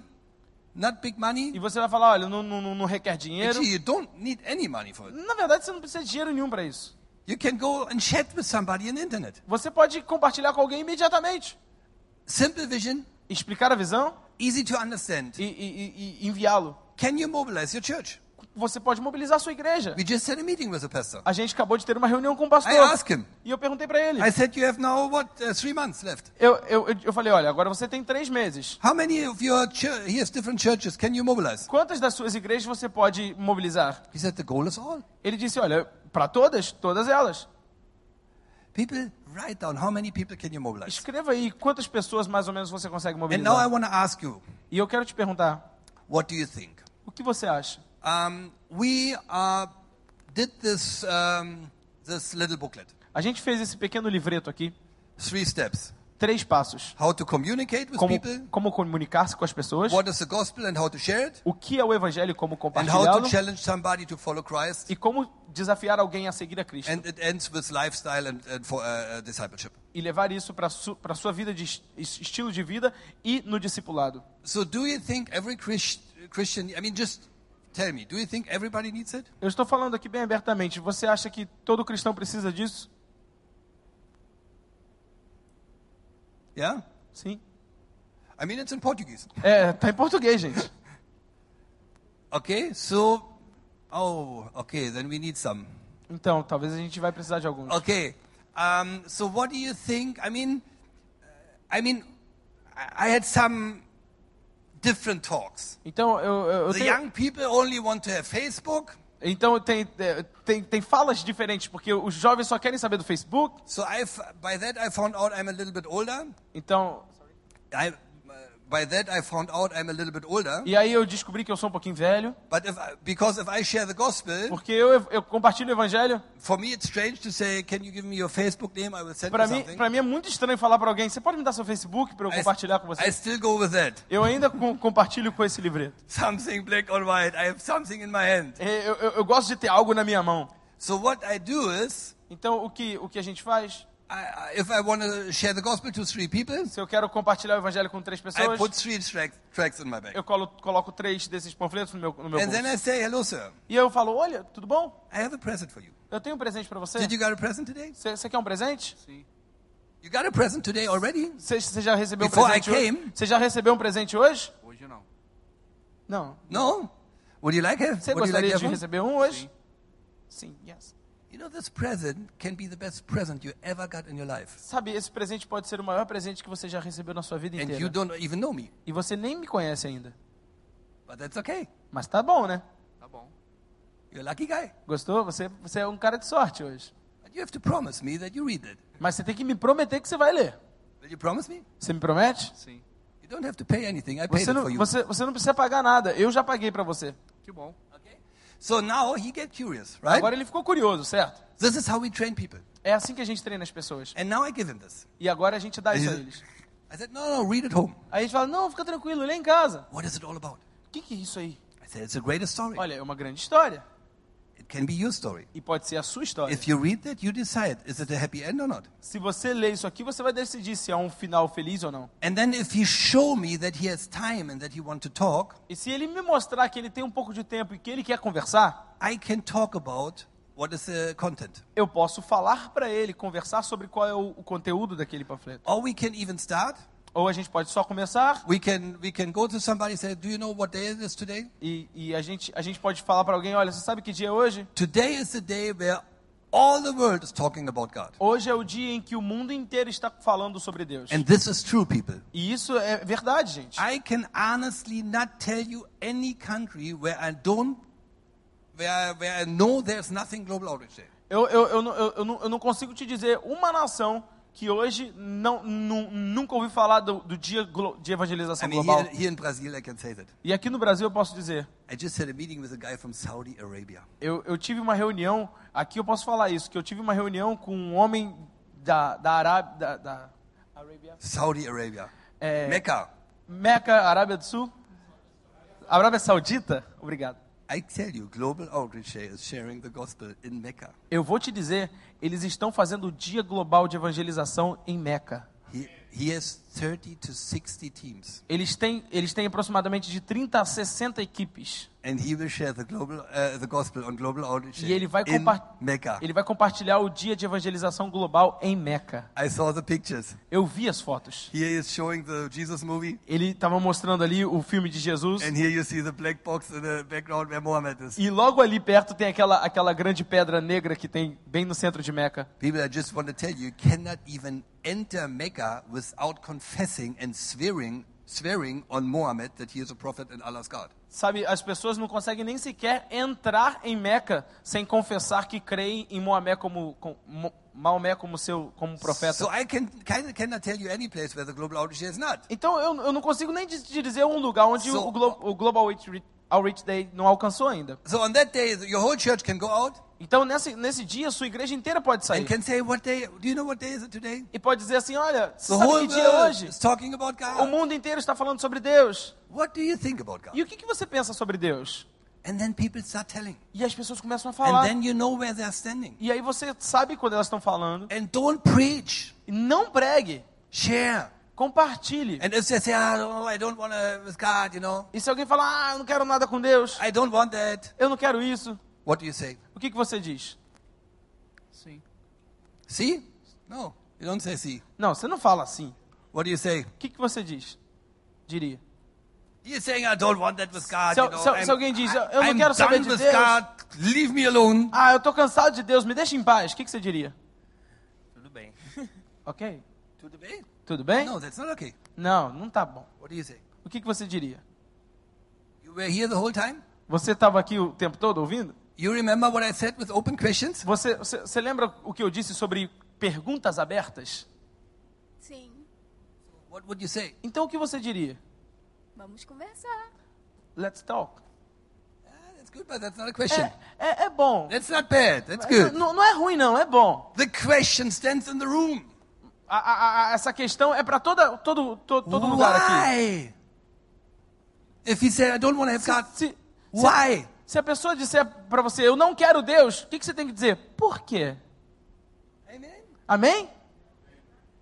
S2: not big
S3: e
S2: money.
S3: você vai falar, olha, não, não, não- não requer dinheiro.
S2: Actually, you don't need any money for it.
S3: Na verdade, você não precisa de dinheiro nenhum para isso.
S2: You can go and chat with somebody on internet.
S3: Você pode compartilhar com alguém imediatamente.
S2: Simple vision,
S3: Explicar a visão
S2: easy to understand.
S3: e, e- e- e enviá-lo.
S2: Can you mobilize your church?
S3: Você pode mobilizar a sua igreja.
S2: We just had a meeting with the pastor.
S3: A gente acabou de ter uma reunião com o pastor.
S2: I asked him.
S3: E eu perguntei para ele.
S2: I said, you have now what uh, three months left.
S3: Eu, eu, eu- eu falei, olha, agora você tem três meses.
S2: How many of your church? He has different churches. Can you mobilize?
S3: Quantas das suas igrejas você pode mobilizar?
S2: He said, the goal is all.
S3: Ele disse, olha, para todas, todas elas.
S2: People, write down how many people can you mobilize.
S3: Escreva aí quantas pessoas mais ou menos você consegue
S2: And now I
S3: mobilizar.
S2: want to ask you,
S3: E eu quero te perguntar,
S2: what do you think?
S3: o que você acha?
S2: Um, we uh, did this um, this little booklet,
S3: A gente fez esse pequeno livreto aqui,
S2: three steps:
S3: três passos.
S2: how to communicate with
S3: Como,
S2: people,
S3: como comunicar-se com as pessoas,
S2: what is the gospel and how to share it,
S3: o que é o evangelho, e como
S2: and how
S3: compartilhá-lo
S2: to challenge somebody to follow Christ.
S3: e como desafiar alguém a seguir a Cristo
S2: And it ends with lifestyle and, and for uh, uh, discipleship.
S3: e levar isso para su, pra sua vida de es- estilo de vida e no discipulado.
S2: So, do you think every Christ, Christian? I mean, just tell me. Do you think everybody needs it?
S3: Eu estou falando aqui bem abertamente. Você acha que todo cristão precisa disso?
S2: Yeah.
S3: Sim.
S2: I mean, it's in Portuguese.
S3: É, tá em português, gente.
S2: Okay. So, oh, okay. Then we need some.
S3: Então, talvez a gente vai precisar de alguns.
S2: Okay. Um, so what do you think? I mean, uh, I mean, I I had some different talks.
S3: Então, eu, eu, eu
S2: The
S3: tenho,
S2: young people only want to have Facebook,
S3: então tem, é, tem, tem falas diferentes, porque os jovens só querem saber do Facebook.
S2: so I've by that I found out I'm a little bit older.
S3: Então,
S2: I, uh, by that I found out I'm a little bit older.
S3: e aí eu descobri que eu sou um pouquinho velho,
S2: But if I, because if I share the gospel,
S3: porque eu, eu compartilho o evangelho.
S2: for me it's strange to say, "Can you give me your Facebook name? I will send you
S3: Pra mim,
S2: something."
S3: pra mim é muito estranho falar pra alguém, você pode me dar seu Facebook pra eu
S2: I,
S3: compartilhar com
S2: I
S3: você?
S2: still go with that.
S3: Eu ainda com- compartilho com esse livreto.
S2: Something black or white. I have something in my hand.
S3: É, Eu, eu, eu gosto de ter algo na minha mão.
S2: So what I do is.
S3: Então, o que, o que a gente faz?
S2: I, I- if I want to share the gospel to three people,
S3: Se eu quero compartilhar o evangelho com três
S2: I
S3: pessoas,
S2: put three track, tracks in my bag.
S3: eu colo, coloco três desses panfletos no meu, no meu
S2: And then
S3: bolso.
S2: I say, hello, sir.
S3: E eu falo, olha, tudo bom?
S2: I have a present for you.
S3: Eu tenho um presente pra você.
S2: Did you got a present today?
S3: Você você quer um presente?
S2: You got a present today already?
S3: Você você já recebeu um
S2: Before I
S3: presente hoje?
S2: came-
S3: Você já recebeu um presente hoje?
S7: Hoje não.
S3: Não.
S2: No? Would you like it?
S3: Você
S2: Would you like
S3: gostaria
S2: to have
S3: de
S2: one?
S3: receber um hoje? Sim, yes.
S2: You know, this present can be the best present you ever got in your life.
S3: Sabe, esse presente pode ser o maior presente que você já recebeu na sua vida
S2: And you
S3: inteira.
S2: don't even know me.
S3: E você nem me conhece ainda.
S2: But that's okay.
S3: Mas tá bom, né?
S7: Tá bom.
S2: You're a lucky guy.
S3: Gostou? Você, você é um cara de sorte hoje.
S2: But you have to promise me that you read it.
S3: Mas você tem que me prometer que você vai ler.
S2: Will you promise me?
S3: Você me promete?
S7: Sim.
S2: You don't have to pay anything. I paid
S3: Você
S2: it
S3: não,
S2: for you.
S3: você, você não precisa pagar nada. Eu já paguei pra você.
S7: Que bom.
S2: So now he get curious, right?
S3: Agora ele ficou curioso, certo?
S2: This is how we train people.
S3: É assim que a gente treina as pessoas.
S2: And now I give him this.
S3: E agora a gente dá isso a
S2: Ele-
S3: eles.
S2: I said, no, no, read it home.
S3: Aí a gente fala, não, fica tranquilo, lê em casa.
S2: What is it all about?
S3: O que, que é isso aí?
S2: I said, it's a greatest story.
S3: Olha, é uma grande história.
S2: It can be your story.
S3: E pode ser a sua história.
S2: If you read that, you decide, is it a happy end or not?
S3: Se você lê isso aqui, você vai decidir se é um final feliz ou não.
S2: And then if he show me that he has time and that he want to talk,
S3: E se ele me mostrar que ele tem um pouco de tempo e que ele quer conversar,
S2: I can talk about what is the content.
S3: eu posso falar pra ele, conversar sobre qual é o, o conteúdo daquele panfleto.
S2: Or we can even start.
S3: Ou a gente pode só começar
S2: We can, we can go to somebody and say, do you know what day it is today?
S3: e, e a, gente, a gente pode falar pra alguém, olha, você sabe que dia é hoje?
S2: Today is the day where all the world is talking about God.
S3: Hoje é o dia em que o mundo inteiro está falando sobre Deus.
S2: And this is true, people.
S3: E isso é verdade, gente.
S2: I can honestly not tell you any country where I don't, where I, where I know there's nothing global outreach day.
S3: Eu, eu, eu, não- eu, eu não, eu não consigo te dizer uma nação que hoje não, nu- nunca ouvi falar do, do dia glo- de
S2: I
S3: evangelização
S2: mean,
S3: global.
S2: here, here in Brazil, I can say that.
S3: E aqui no Brasil eu posso dizer,
S2: I just had a meeting with a guy from Saudi Arabia.
S3: eu, eu tive uma reunião, aqui eu posso falar isso, que eu tive uma reunião com um homem da, da Arábia, da, da
S2: Saudi Arabia.
S3: Eh.
S2: Mecca.
S3: Meca, Arábia do Sul, Arábia Saudita, obrigado.
S2: I tell you, Global Outreach Day is sharing the gospel in Mecca.
S3: Eu vou te dizer, eles estão fazendo o dia global de evangelização em Meca.
S2: He, he has 30 to 60 teams.
S3: Eles têm, eles têm aproximadamente de 30 a 60 equipes.
S2: and he will share the global uh, the gospel on global outreach
S3: E ele vai,
S2: in
S3: compa-
S2: Mecca.
S3: ele vai compartilhar o dia de evangelização global em Meca.
S2: I saw the pictures.
S3: Eu vi as fotos.
S2: Here is showing the Jesus movie,
S3: Ele estava mostrando ali o filme de Jesus.
S2: and here you see the black box in the background where Mohammed is.
S3: E logo ali perto tem aquela, aquela grande pedra negra que tem bem no centro de Meca.
S2: People, I just want to tell you, you cannot even enter Mecca without confessing and swearing, swearing on Mohammed that he is a prophet and Allah's God.
S3: Sabe, as pessoas não conseguem nem sequer entrar em Meca sem confessar que creem em Moamé como, com- Mo- Maomé como seu como profeta.
S2: So I can kind of cannot tell you any place where the global outreach is not.
S3: Então eu, eu não consigo nem te te dizer um lugar onde
S2: So-
S3: o, Glo o Global Outreach, Outreach Day não alcançou ainda.
S2: So on that day, your whole church can go out
S3: Então nesse, nesse dia sua igreja inteira pode sair
S2: and can say, "What day? Do you know what day is it today?"
S3: e pode dizer assim, olha, você
S2: The
S3: sabe
S2: whole
S3: que dia é
S2: world
S3: hoje?
S2: is talking about
S3: O
S2: God.
S3: mundo inteiro está falando sobre Deus.
S2: What do you think about God?
S3: E o que, que você pensa sobre Deus?
S2: And then people start telling,
S3: E as pessoas começam a
S2: and
S3: falar.
S2: then you know where they're standing.
S3: E aí você sabe quando elas estão falando.
S2: And don't preach,
S3: E Não pregue,
S2: share.
S3: compartilhe.
S2: And if they say, "Ah, no, I don't want to with God," you know,
S3: E se alguém falar, ah, eu não quero nada com Deus,
S2: I don't want that.
S3: eu não quero isso,
S2: What do you say?
S3: o que, que você diz?
S4: Sim.
S2: See? No, you don't say see.
S3: Não, você não fala assim.
S2: What do you say?
S3: O que, que você diz? Diria.
S2: You're saying I don't want that with God.
S3: Se-
S2: you know,
S3: se- se
S2: I'm-
S3: alguém diz, "Eu não
S2: I'm
S3: quero saber
S2: done
S3: de
S2: with
S3: Deus."
S2: God. Leave me alone.
S3: Ah, eu tô cansado de Deus, me deixa em paz. O que, que você diria?
S7: Tudo bem.
S3: Ok,
S2: Tudo bem?
S3: tudo bem?
S2: No, that's not okay.
S3: Não, não tá bom.
S2: What do you say?
S3: O que, que você diria?
S2: You were here the whole time.
S3: Você estava aqui o tempo todo ouvindo?
S2: You remember what I said with open questions?
S3: Você, você, você lembra o que eu disse sobre perguntas abertas?
S8: Sim,
S2: What would you say?
S3: Então o que você diria?
S8: vamos conversar.
S3: Let's talk.
S2: Ah, that's good, but that's not a question.
S3: É, é, é bom.
S2: That's not bad. That's
S3: N-
S2: good.
S3: Não, não é ruim, não, é bom.
S2: The question stands in the room.
S3: A- a- a- essa questão é para todo, todo, todo lugar aqui.
S2: Why? If he said, I don't want to have God,
S3: Se, se,
S2: why?
S3: se a pessoa disser para você, eu não quero Deus, o que, que você tem que dizer? Por quê?
S2: Amen.
S3: Amém?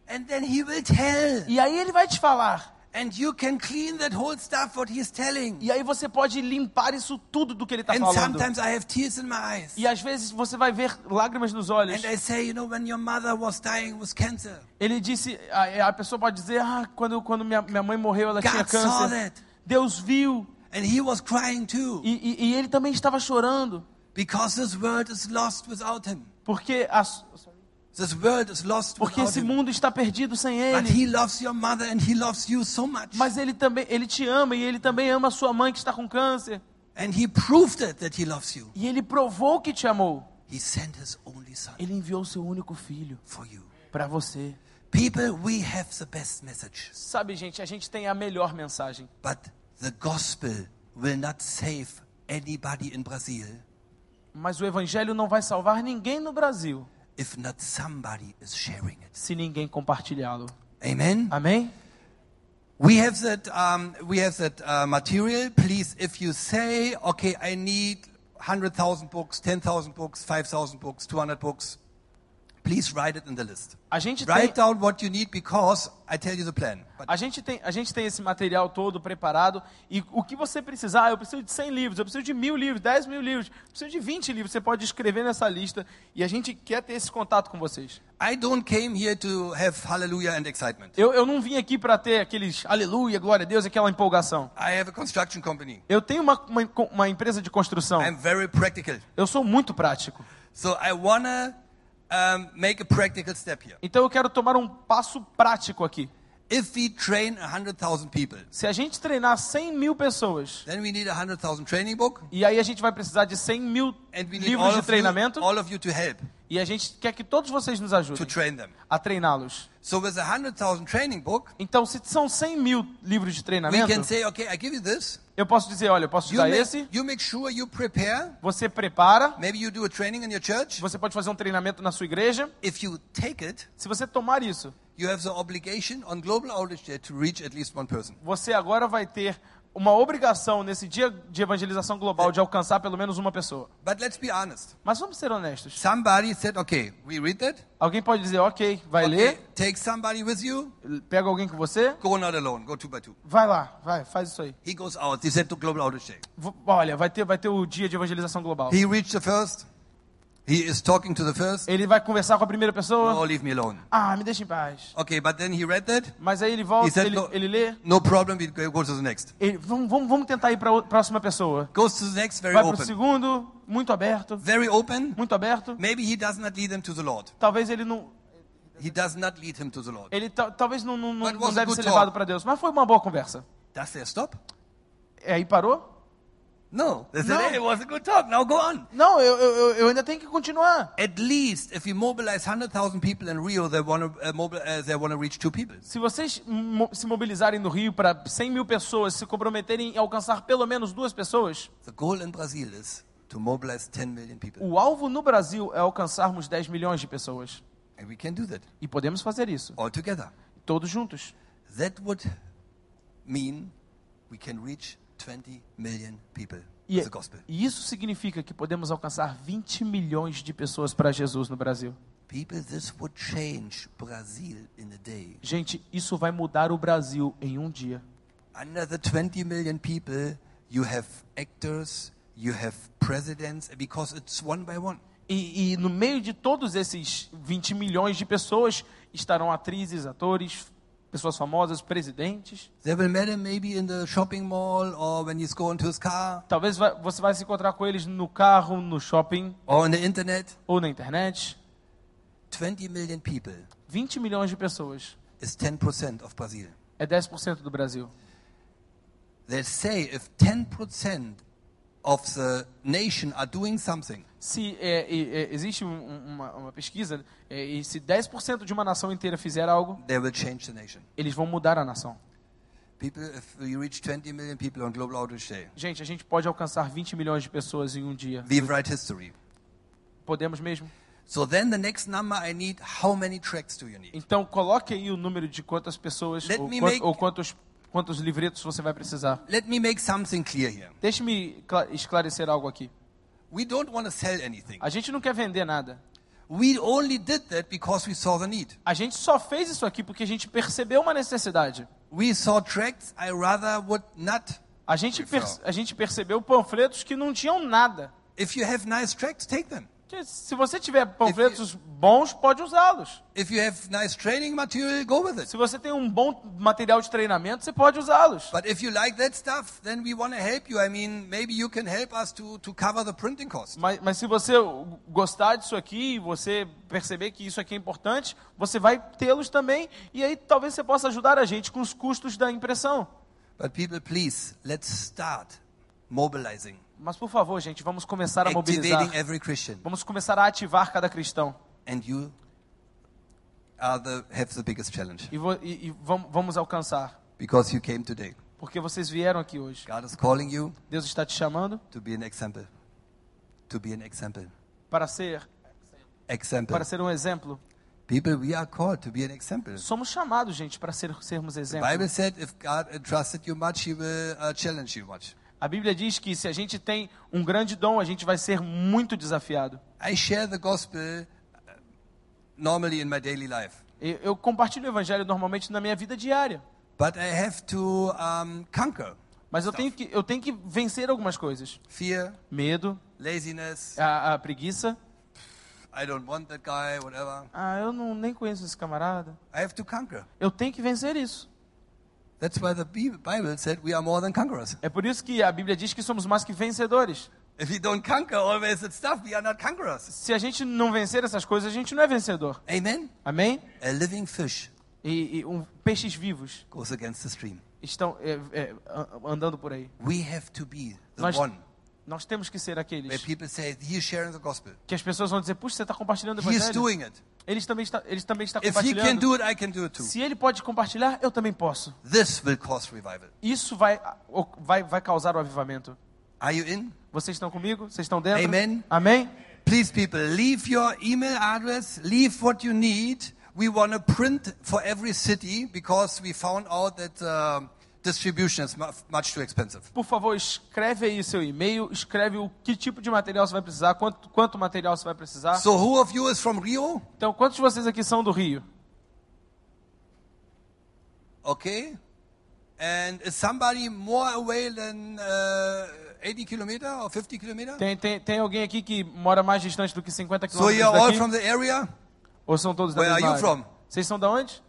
S2: And then he will tell.
S3: E aí ele vai te falar.
S2: And you can clean that whole stuff what he's telling.
S3: E aí você pode limpar isso tudo do que ele está
S2: And
S3: falando.
S2: sometimes I have tears in my eyes.
S3: E às vezes você vai ver lágrimas nos olhos.
S2: And I say, you know, when your mother was dying with cancer,
S3: Ele disse, a, a pessoa pode dizer, ah, quando, quando minha, minha mãe morreu, ela
S2: God
S3: tinha
S2: saw
S3: câncer.
S2: that.
S3: Deus viu.
S2: and he was crying too,
S3: E, e- e ele também estava chorando.
S2: because this world is lost without him.
S3: Porque, a,
S2: This world is lost
S3: porque
S2: without
S3: esse
S2: him.
S3: mundo está perdido sem
S2: But
S3: ele.
S2: he loves your mother and he loves you so much.
S3: Mas ele também, ele te ama e ele também ama a sua mãe que está com câncer.
S2: And he proved it that he loves you.
S3: E ele provou que te amou.
S2: He sent his only son
S3: Ele enviou seu único filho
S2: for you.
S3: para você.
S2: People, we have the best message,
S3: Sabe, gente, a gente tem a melhor mensagem.
S2: but the gospel will not save anybody in Brazil
S3: Mas o evangelho não vai salvar ninguém no Brasil
S2: if not somebody is sharing it.
S3: se ninguém compartilhá-lo.
S2: Amen.
S3: Amém?
S2: We have that. Um, we have that uh, material. Please, if you say, "Okay, I need hundred thousand books, ten thousand books, five thousand books, two hundred books," please write it in the list.
S3: A gente tem
S2: Write down what you need because I tell you the plan. But
S3: a gente tem, a gente tem esse material todo preparado e o que você precisar, ah, eu preciso de 100 livros, eu preciso de mil livros, 10 mil livros, eu preciso de 20 livros, você pode escrever nessa lista e a gente quer ter esse contato com vocês.
S2: I don't came here to have hallelujah and excitement.
S3: Eu, eu não vim aqui para ter aqueles aleluia, glória a Deus, aquela empolgação.
S2: I have a construction company.
S3: Eu tenho uma, uma, uma empresa de construção,
S2: I'm very practical.
S3: eu sou muito prático.
S2: So I want to um, make a practical step here.
S3: Então eu quero tomar um passo prático aqui.
S2: If we train 100,000 people,
S3: Se a gente treinar 100 mil pessoas,
S2: then we need 100,000 training book.
S3: e aí a gente vai precisar de 100 mil
S2: And we need all
S3: livros
S2: of,
S3: de
S2: you,
S3: treinamento,
S2: all of you to help
S3: e a gente quer que todos vocês nos
S2: to
S3: ajudem
S2: train them.
S3: a treiná-los.
S2: So with 100,000 training book,
S3: Então, se são 100 mil livros de
S2: we
S3: treinamento,
S2: can say, okay, I give you this.
S3: eu posso dizer, olha, eu posso te
S2: You
S3: dar
S2: make,
S3: esse,
S2: you make sure you prepare.
S3: você prepara,
S2: Maybe you do a training in your church.
S3: você pode fazer um treinamento na sua igreja.
S2: If you take it,
S3: Se você tomar isso,
S2: you have the obligation on Global Outreach Day to reach at least one person.
S3: você agora vai ter uma obrigação nesse dia de evangelização global de alcançar pelo menos uma pessoa.
S2: But let's be honest.
S3: Mas vamos ser honestos.
S2: Somebody said, okay, we read that.
S3: Alguém pode dizer, ok, vai
S2: Okay, take somebody with you.
S3: ler, pega alguém com você,
S2: Go not alone. Go two by two.
S3: vai lá, vai, faz isso aí.
S2: He goes out. He said to Global Outreach Day.
S3: V- olha, vai ter, vai ter o dia de evangelização global.
S2: He reached the first. He is talking to the first.
S3: Ele vai conversar com a primeira
S2: Oh,
S3: pessoa.
S2: leave me alone.
S3: Ah, me deixa em paz.
S2: Okay, but then he read that.
S3: Mas aí ele
S2: He
S3: volta,
S2: said,
S3: ele,
S2: no,
S3: ele lê.
S2: no problem. We go go to the next.
S3: ele- vamos, vamos, vamos tentar ir para a próxima pessoa.
S2: Goes to the next very
S3: Vai para o
S2: open.
S3: segundo, muito aberto,
S2: Very open.
S3: muito aberto.
S2: Maybe he does not lead them to the Lord.
S3: Talvez ele não,
S2: He does not lead him to the Lord.
S3: ele ta- talvez não, não, não,
S2: But was
S3: não
S2: a
S3: deve
S2: good
S3: ser
S2: talk.
S3: levado para Deus. Mas foi uma boa conversa.
S2: Does they stop?
S3: É, Aí parou?
S2: No. They said,
S3: No.
S2: hey, it was a good talk. Now go on.
S3: Não, eu, eu, eu- eu ainda tenho que continuar.
S2: At least, if you mobilize 100,000 people in Rio, they want to uh, mobil- uh, they want to reach two people.
S3: Se vocês mo- se mobilizarem no Rio para 100 mil pessoas, se comprometerem em alcançar pelo menos duas pessoas,
S2: The goal in Brazil is to mobilize 10 million people,
S3: o alvo no Brasil é alcançarmos 10 milhões de pessoas.
S2: and we can do that
S3: E podemos fazer isso,
S2: all together.
S3: todos juntos.
S2: That would mean we can reach 20 million people
S3: E,
S2: with the gospel.
S3: e isso significa que podemos alcançar 20 milhões de pessoas para Jesus no Brasil.
S2: People, this would change Brazil in a day.
S3: Gente, isso vai mudar o Brasil em um dia.
S2: Under the 20 million people, you have actors, you have presidents, because it's one by one.
S3: E, e no meio de todos esses 20 milhões de pessoas estarão atrizes, atores, pessoas famosas, presidentes.
S2: They will meet him maybe in the shopping mall or when he's going to his car
S3: Talvez vai- você vai se encontrar com eles no carro, no shopping
S2: or on the internet.
S3: ou na internet.
S2: 20 million people
S3: 20 milhões de pessoas
S2: is 10% of Brazil.
S3: é 10% do Brasil.
S2: They say if 10% of the nation are doing something,
S3: Se é, é, é, existe um- um- uma, uma pesquisa é, e se 10% de uma nação inteira fizer algo,
S2: they will change the nation.
S3: eles vão mudar a nação.
S2: People, if we reach 20 million people on Global Outreach Day,
S3: Gente, a gente pode alcançar 20 milhões de pessoas em um dia.
S2: we write history.
S3: Podemos mesmo?
S2: So then the next number I need, how many tracks do you need?
S3: Então coloque aí o número de quantas pessoas
S2: Let
S3: ou,
S2: me
S3: quan-
S2: make-
S3: ou quantos, quantos livretos você vai precisar.
S2: Let me make something clear here.
S3: Deixe-me cla- esclarecer algo aqui.
S2: We don't want to sell anything.
S3: A gente não quer vender nada.
S2: We only did that because we saw the need.
S3: A gente só fez isso aqui porque a gente percebeu uma necessidade.
S2: We saw tracts I rather would not.
S3: A gente, per- a gente percebeu panfletos que não tinham nada.
S2: If you have nice tracts, take them.
S3: Que se você tiver panfletos bons, pode usá-los.
S2: If you have nice training material, go with it.
S3: Se você tem um bom material de treinamento, você pode usá-los.
S2: But if you like that stuff, then we want to help you. I mean, maybe you can help us to, to cover the printing cost.
S3: Mas, mas se você gostar disso aqui, e você perceber que isso aqui é importante, você vai tê-los também. E aí talvez você possa ajudar a gente com os custos da impressão.
S2: But people, please, let's start mobilizing,
S3: Mas por favor, gente, vamos começar
S2: É
S3: a mobilizar.
S2: activating every Christian.
S3: Vamos começar a ativar cada cristão.
S2: And you are the, have the biggest challenge
S3: E, vo- e- e vam- vamos alcançar.
S2: because you came today.
S3: Porque vocês vieram aqui hoje.
S2: God is calling you
S3: Deus está te chamando
S2: to be an example. To be an example.
S3: para ser,
S2: Example.
S3: para ser um exemplo.
S2: People, we are called to be an example.
S3: Somos chamados, gente, para ser, sermos
S2: The
S3: exemplos.
S2: Bible said if God entrusted you much, He will uh, challenge you much.
S3: A Bíblia diz que se a gente tem um grande dom, a gente vai ser muito desafiado.
S2: I share the gospel uh, normally in my daily life,
S3: E- Eu compartilho o evangelho normalmente na minha vida diária,
S2: but I have to um, conquer
S3: mas
S2: Tá.
S3: eu tenho que eu tenho que vencer algumas coisas.
S2: fear,
S3: Medo,
S2: laziness.
S3: a, a preguiça.
S2: I don't want that guy, whatever.
S3: Ah, eu não nem conheço esse camarada.
S2: I have to conquer.
S3: Eu tenho que vencer isso.
S2: That's why the Bi- Bible said we are more than conquerors.
S3: É por isso que a Bíblia diz que somos mais que vencedores.
S2: If we don't conquer always that stuff, we are not conquerors.
S3: Se a gente não vencer essas coisas, a gente não é vencedor.
S2: Amen.
S3: Amém?
S2: A living fish
S3: E, e um, peixes vivos
S2: goes against the stream.
S3: estão é, é, a- andando por aí.
S2: We have to be the
S3: Nós,
S2: one
S3: nós temos que ser
S2: where
S3: aqueles
S2: people say he is sharing the gospel.
S3: que as pessoas vão dizer: puxa, você está compartilhando o
S2: He is
S3: evangelho.
S2: doing it.
S3: Eles também está, eles também está
S2: If he can
S3: compartilhando.
S2: do it, I can do it too.
S3: Se ele pode compartilhar, eu também posso.
S2: This will cause revival.
S3: Isso vai, o- vai, vai causar o avivamento.
S2: Are you in?
S3: Vocês estão comigo? Vocês estão dentro?
S2: Amen.
S3: Amém?
S2: Please, people, leave your email address, leave what you need. We want to print for every city because we found out that um distribution is mu- much too expensive.
S3: Por favor, escreve aí seu e-mail, escreve o que tipo de material você vai precisar, quanto, quanto material você vai precisar.
S2: So who of you is from Rio?
S3: Então, quantos de vocês aqui são do Rio?
S2: Okay. And is somebody more away than uh, 80 kilometer or 50 kilometer?
S3: Tem, tem, tem alguém aqui que mora mais distante do que 50
S2: So
S3: quilômetros
S2: you're all
S3: daqui?
S2: from the area?
S3: Ou são todos da
S2: Where
S3: mesma
S2: are you
S3: área?
S2: from?
S3: Vocês são da onde?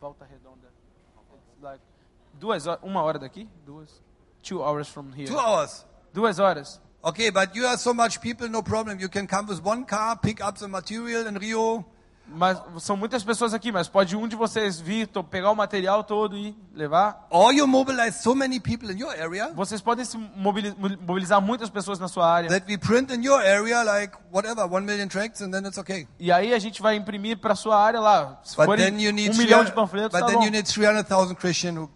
S3: Volta Redonda. Duas horas, uma hora daqui? Duas. Two hours from here.
S2: Two hours.
S3: Duas horas.
S2: Okay, but you are so much people, no problem. You can come with one car, pick up the material in Rio,
S3: Mas são muitas pessoas aqui, mas pode um de vocês vir, to- pegar o material todo e levar.
S2: or you mobilize so many people in your area
S3: Vocês podem se mobili- mo- mobilizar muitas pessoas na sua área.
S2: that we print in your area like whatever, one million tracks, and then it's okay.
S3: E aí a gente vai imprimir para sua área lá. Se
S2: But
S3: forem
S2: then you need
S3: um
S2: three-
S3: milhão de panfletos,
S2: but
S3: tá
S2: then
S3: bom.
S2: you need 300,000 Christian. Who,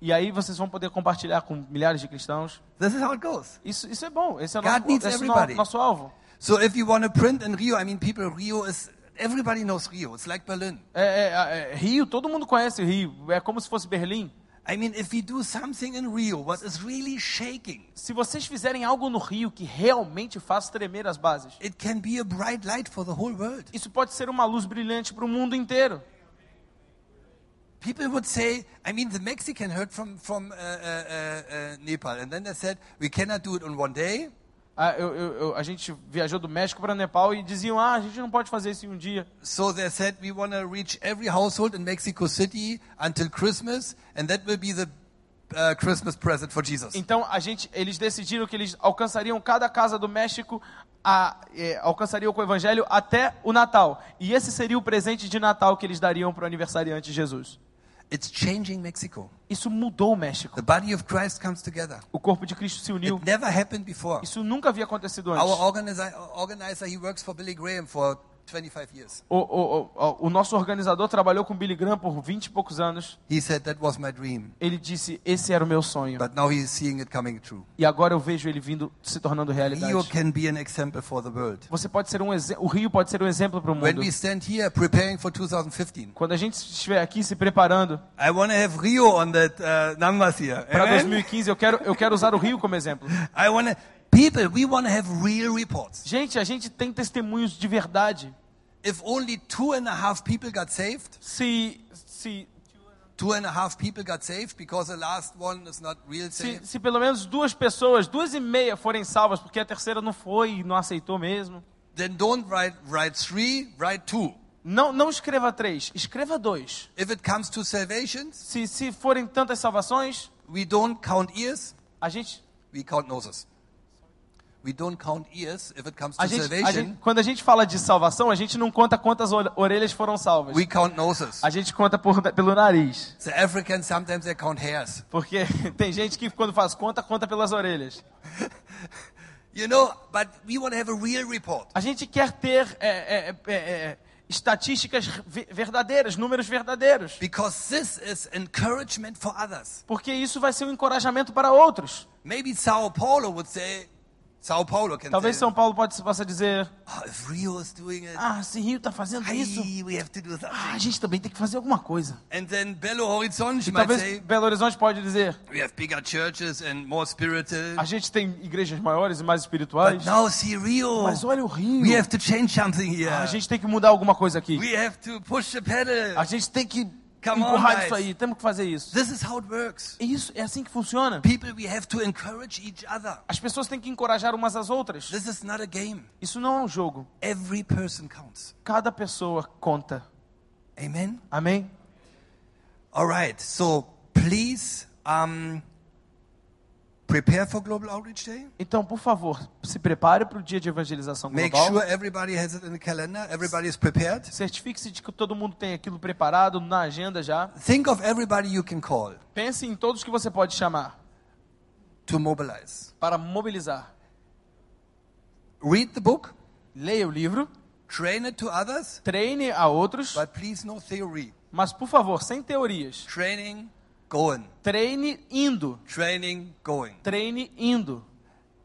S3: E aí vocês vão poder compartilhar com milhares de cristãos.
S2: this is how it goes.
S3: Isso, isso é bom. Esse é o
S2: God
S3: nosso,
S2: needs
S3: esse é o no-
S2: everybody.
S3: nosso alvo.
S2: So if you want to print in Rio, I mean, people, Rio is everybody knows Rio. It's like Berlin.
S3: É, é, é, Rio, todo mundo conhece Rio. É como se fosse Berlim.
S2: I mean, if we do something in Rio, what is really shaking,
S3: Se vocês fizerem algo no Rio que realmente faça tremer as bases,
S2: it can be a bright light for the whole world.
S3: isso pode ser uma luz brilhante para o mundo inteiro.
S2: People would say, I mean, the Mexican heard from from uh, uh, uh, uh, Nepal, and then they said we cannot do it in one day.
S3: Ah, eu- eu- eu- a gente viajou do México para Nepal e diziam: ah, a gente não pode fazer isso em um dia.
S2: So they said we want to reach every household in Mexico City until Christmas, and that will be the uh, Christmas present for Jesus.
S3: Então a gente, eles decidiram que eles alcançariam cada casa do México, a, eh, alcançariam com o Evangelho até o Natal. E esse seria o presente de Natal que eles dariam para o aniversariante de Jesus.
S2: It's changing Mexico.
S3: Isso mudou o México.
S2: The body of Christ comes together.
S3: O corpo de Cristo se uniu.
S2: It never happened before.
S3: Isso nunca havia acontecido
S2: Our
S3: antes.
S2: organizer, organizer, he works for Billy Graham for 25 years.
S3: O, o- o- o nosso organizador trabalhou com Billy Graham por 20 e poucos anos.
S2: He said that was my dream,
S3: Ele disse: Esse era o meu sonho.
S2: but now he's seeing it coming true.
S3: E agora eu vejo ele vindo se tornando realidade.
S2: Rio can be an example for the world.
S3: Você pode ser um exemplo. O Rio pode ser um exemplo para o
S2: When
S3: mundo.
S2: we stand here preparing for 2015,
S3: Quando a gente estiver aqui se preparando
S2: I want to have Rio on that uh, numbers here.
S3: para
S2: Amen?
S3: 2015, eu quero, eu quero usar o Rio como exemplo.
S2: I want to people. We want to have real reports.
S3: Gente, a gente tem testemunhos de verdade.
S2: If only two and a half people got saved,
S3: Se, se,
S2: two and a half people got saved because the last one is not real
S3: se,
S2: saved.
S3: se pelo menos duas pessoas, duas e meia, forem salvas, porque a terceira não foi e não aceitou mesmo.
S2: Then don't write write three, write two.
S3: Não, não escreva três, escreva dois.
S2: If it comes to salvations,
S3: Se, se forem tantas salvações,
S2: we don't count ears.
S3: a gente,
S2: we count noses. We don't count ears if it comes to
S3: a gente, a gente-
S2: salvation.
S3: quando a gente fala de salvação, a gente não conta quantas ore- orelhas foram salvas.
S2: We count noses.
S3: A gente conta por- pelo nariz.
S2: The Africans sometimes they count hairs.
S3: Porque tem gente que quando faz conta, conta pelas orelhas.
S2: You know, but we want to have a real report.
S3: A gente quer ter é, é, é, é, estatísticas ve- verdadeiras, números verdadeiros.
S2: Because this is encouragement for others.
S3: Porque isso vai ser um encorajamento para outros.
S2: Maybe Sao Paulo would say, Sao Paulo can
S3: Talvez
S2: say,
S3: São Paulo pode, possa dizer:
S2: "Oh, if Rio is doing it,
S3: Ah, se Rio está fazendo isso,
S2: hey, we have to do something.
S3: ah, a gente também tem que fazer alguma coisa.
S2: And then Belo Horizonte might
S3: E Talvez
S2: say,
S3: Belo Horizonte pode dizer:
S2: we have bigger churches and more spiritual.
S3: A gente tem igrejas maiores e mais espirituais.
S2: But now see Rio.
S3: Mas olha o Rio. Ah,
S2: We have to change something here.
S3: A gente tem que mudar alguma coisa aqui.
S2: We have to push the pedal.
S3: A gente tem que
S2: Come on,
S3: empurrar
S2: guys.
S3: isso aí. Temos que fazer isso.
S2: This is how it works.
S3: E Isso é assim que funciona.
S2: People, we have to encourage each other.
S3: As pessoas têm que encorajar umas às outras.
S2: This is not a game.
S3: Isso não é um jogo.
S2: Every person counts.
S3: Cada pessoa conta.
S2: Amen.
S3: Amém?
S2: All right. So please um, prepare for Global Outreach Day.
S3: Então, por favor, se prepare para o dia de evangelização
S2: Make
S3: global.
S2: sure everybody has it in the calendar. Everybody is prepared.
S3: Certifique-se de que todo mundo tem aquilo preparado na agenda já.
S2: Think of everybody you can call
S3: Pense em todos que você pode chamar
S2: to mobilize.
S3: para mobilizar.
S2: Read the book.
S3: Leia o livro,
S2: Train it to others.
S3: treine a outros,
S2: But please, no theory.
S3: mas por favor, sem teorias.
S2: Training, going.
S3: Treine indo.
S2: Training, going.
S3: Treine indo.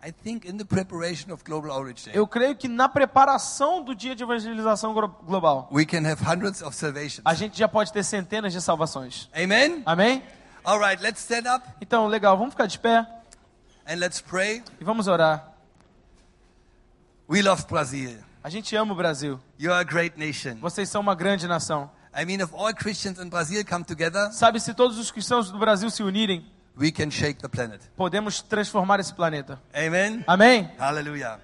S2: I think in the preparation of Global Outreach Day,
S3: Eu creio que na preparação do dia de evangelização glo- global,
S2: we can have hundreds of salvations.
S3: a gente já pode ter centenas de salvações.
S2: Amen?
S3: Amém?
S2: All right, let's stand up
S3: Então, legal, vamos ficar de pé
S2: and let's pray.
S3: e vamos orar.
S2: We love Brazil.
S3: A gente ama o Brasil.
S2: You are a great nation.
S3: Vocês são uma grande nação.
S2: I mean, if all Christians in Brazil come together,
S3: Sabe, se todos os cristãos do Brasil se unirem,
S2: we can shake the planet.
S3: podemos transformar esse planeta.
S2: Amen?
S3: Amém?
S2: Hallelujah.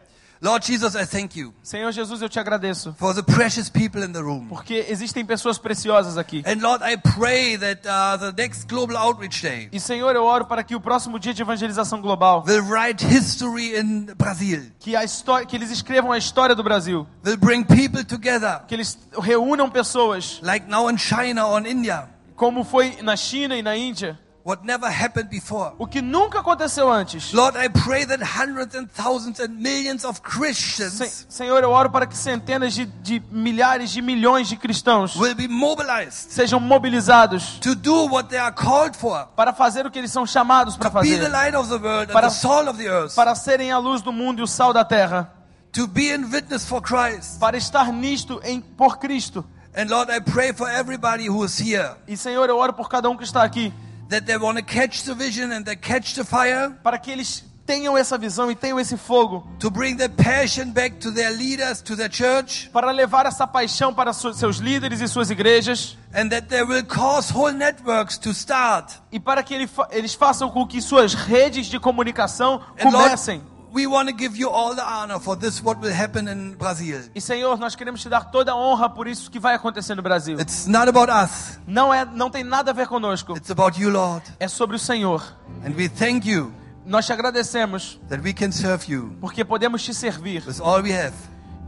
S2: Lord Jesus, I thank you
S3: Senhor Jesus, eu te agradeço,
S2: for the precious people in the room.
S3: porque existem pessoas preciosas aqui.
S2: And Lord, I pray that uh, the next Global Outreach Day
S3: E Senhor, eu oro para que o próximo dia de evangelização global,
S2: will write history in Brazil,
S3: que a história, que eles escrevam a história do Brasil,
S2: will bring people together,
S3: que eles reúnam pessoas,
S2: like now in China or in India,
S3: como foi na China e na Índia,
S2: what never happened before.
S3: o que nunca aconteceu antes.
S2: Lord, I pray that hundreds and thousands and millions of Christians
S3: Se- Senhor, eu oro para que centenas de, de milhares de milhões de cristãos
S2: will be mobilized
S3: sejam mobilizados
S2: to do what they are called for.
S3: para fazer o que eles são chamados para
S2: To be the
S3: fazer,
S2: light of the world and
S3: Para-
S2: the salt of the earth.
S3: para serem a luz do mundo e o sal da terra,
S2: To be in witness for Christ.
S3: para estar nisto em por Cristo.
S2: And Lord, I pray for everybody who is here
S3: E Senhor, eu oro por cada um que está aqui,
S2: that they want to catch the vision and they catch the fire
S3: para que eles tenham essa visão e tenham esse fogo
S2: to bring their passion back to their leaders, to their church,
S3: para levar essa paixão para su- seus líderes e suas igrejas
S2: and that they will cause whole networks to start.
S3: e para que ele fa- eles façam com que suas redes de comunicação
S2: And Lord,
S3: comecem.
S2: we want to give you all the honor for this, what will happen in Brazil.
S3: E Senhor, nós queremos te dar toda a honra por isso que vai acontecer no Brasil.
S2: It's not about us,
S3: Não é, não tem nada a ver conosco.
S2: it's about you, Lord.
S3: É sobre o Senhor.
S2: And we thank you
S3: Nós te agradecemos
S2: that we can serve you
S3: porque podemos te servir
S2: with all we have.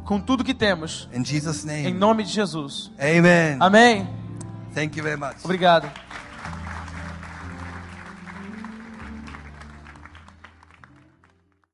S3: com tudo que temos
S2: In Jesus'
S3: em
S2: name.
S3: nome de Jesus.
S2: Amen.
S3: Amém.
S2: Thank you very much.
S3: Obrigado.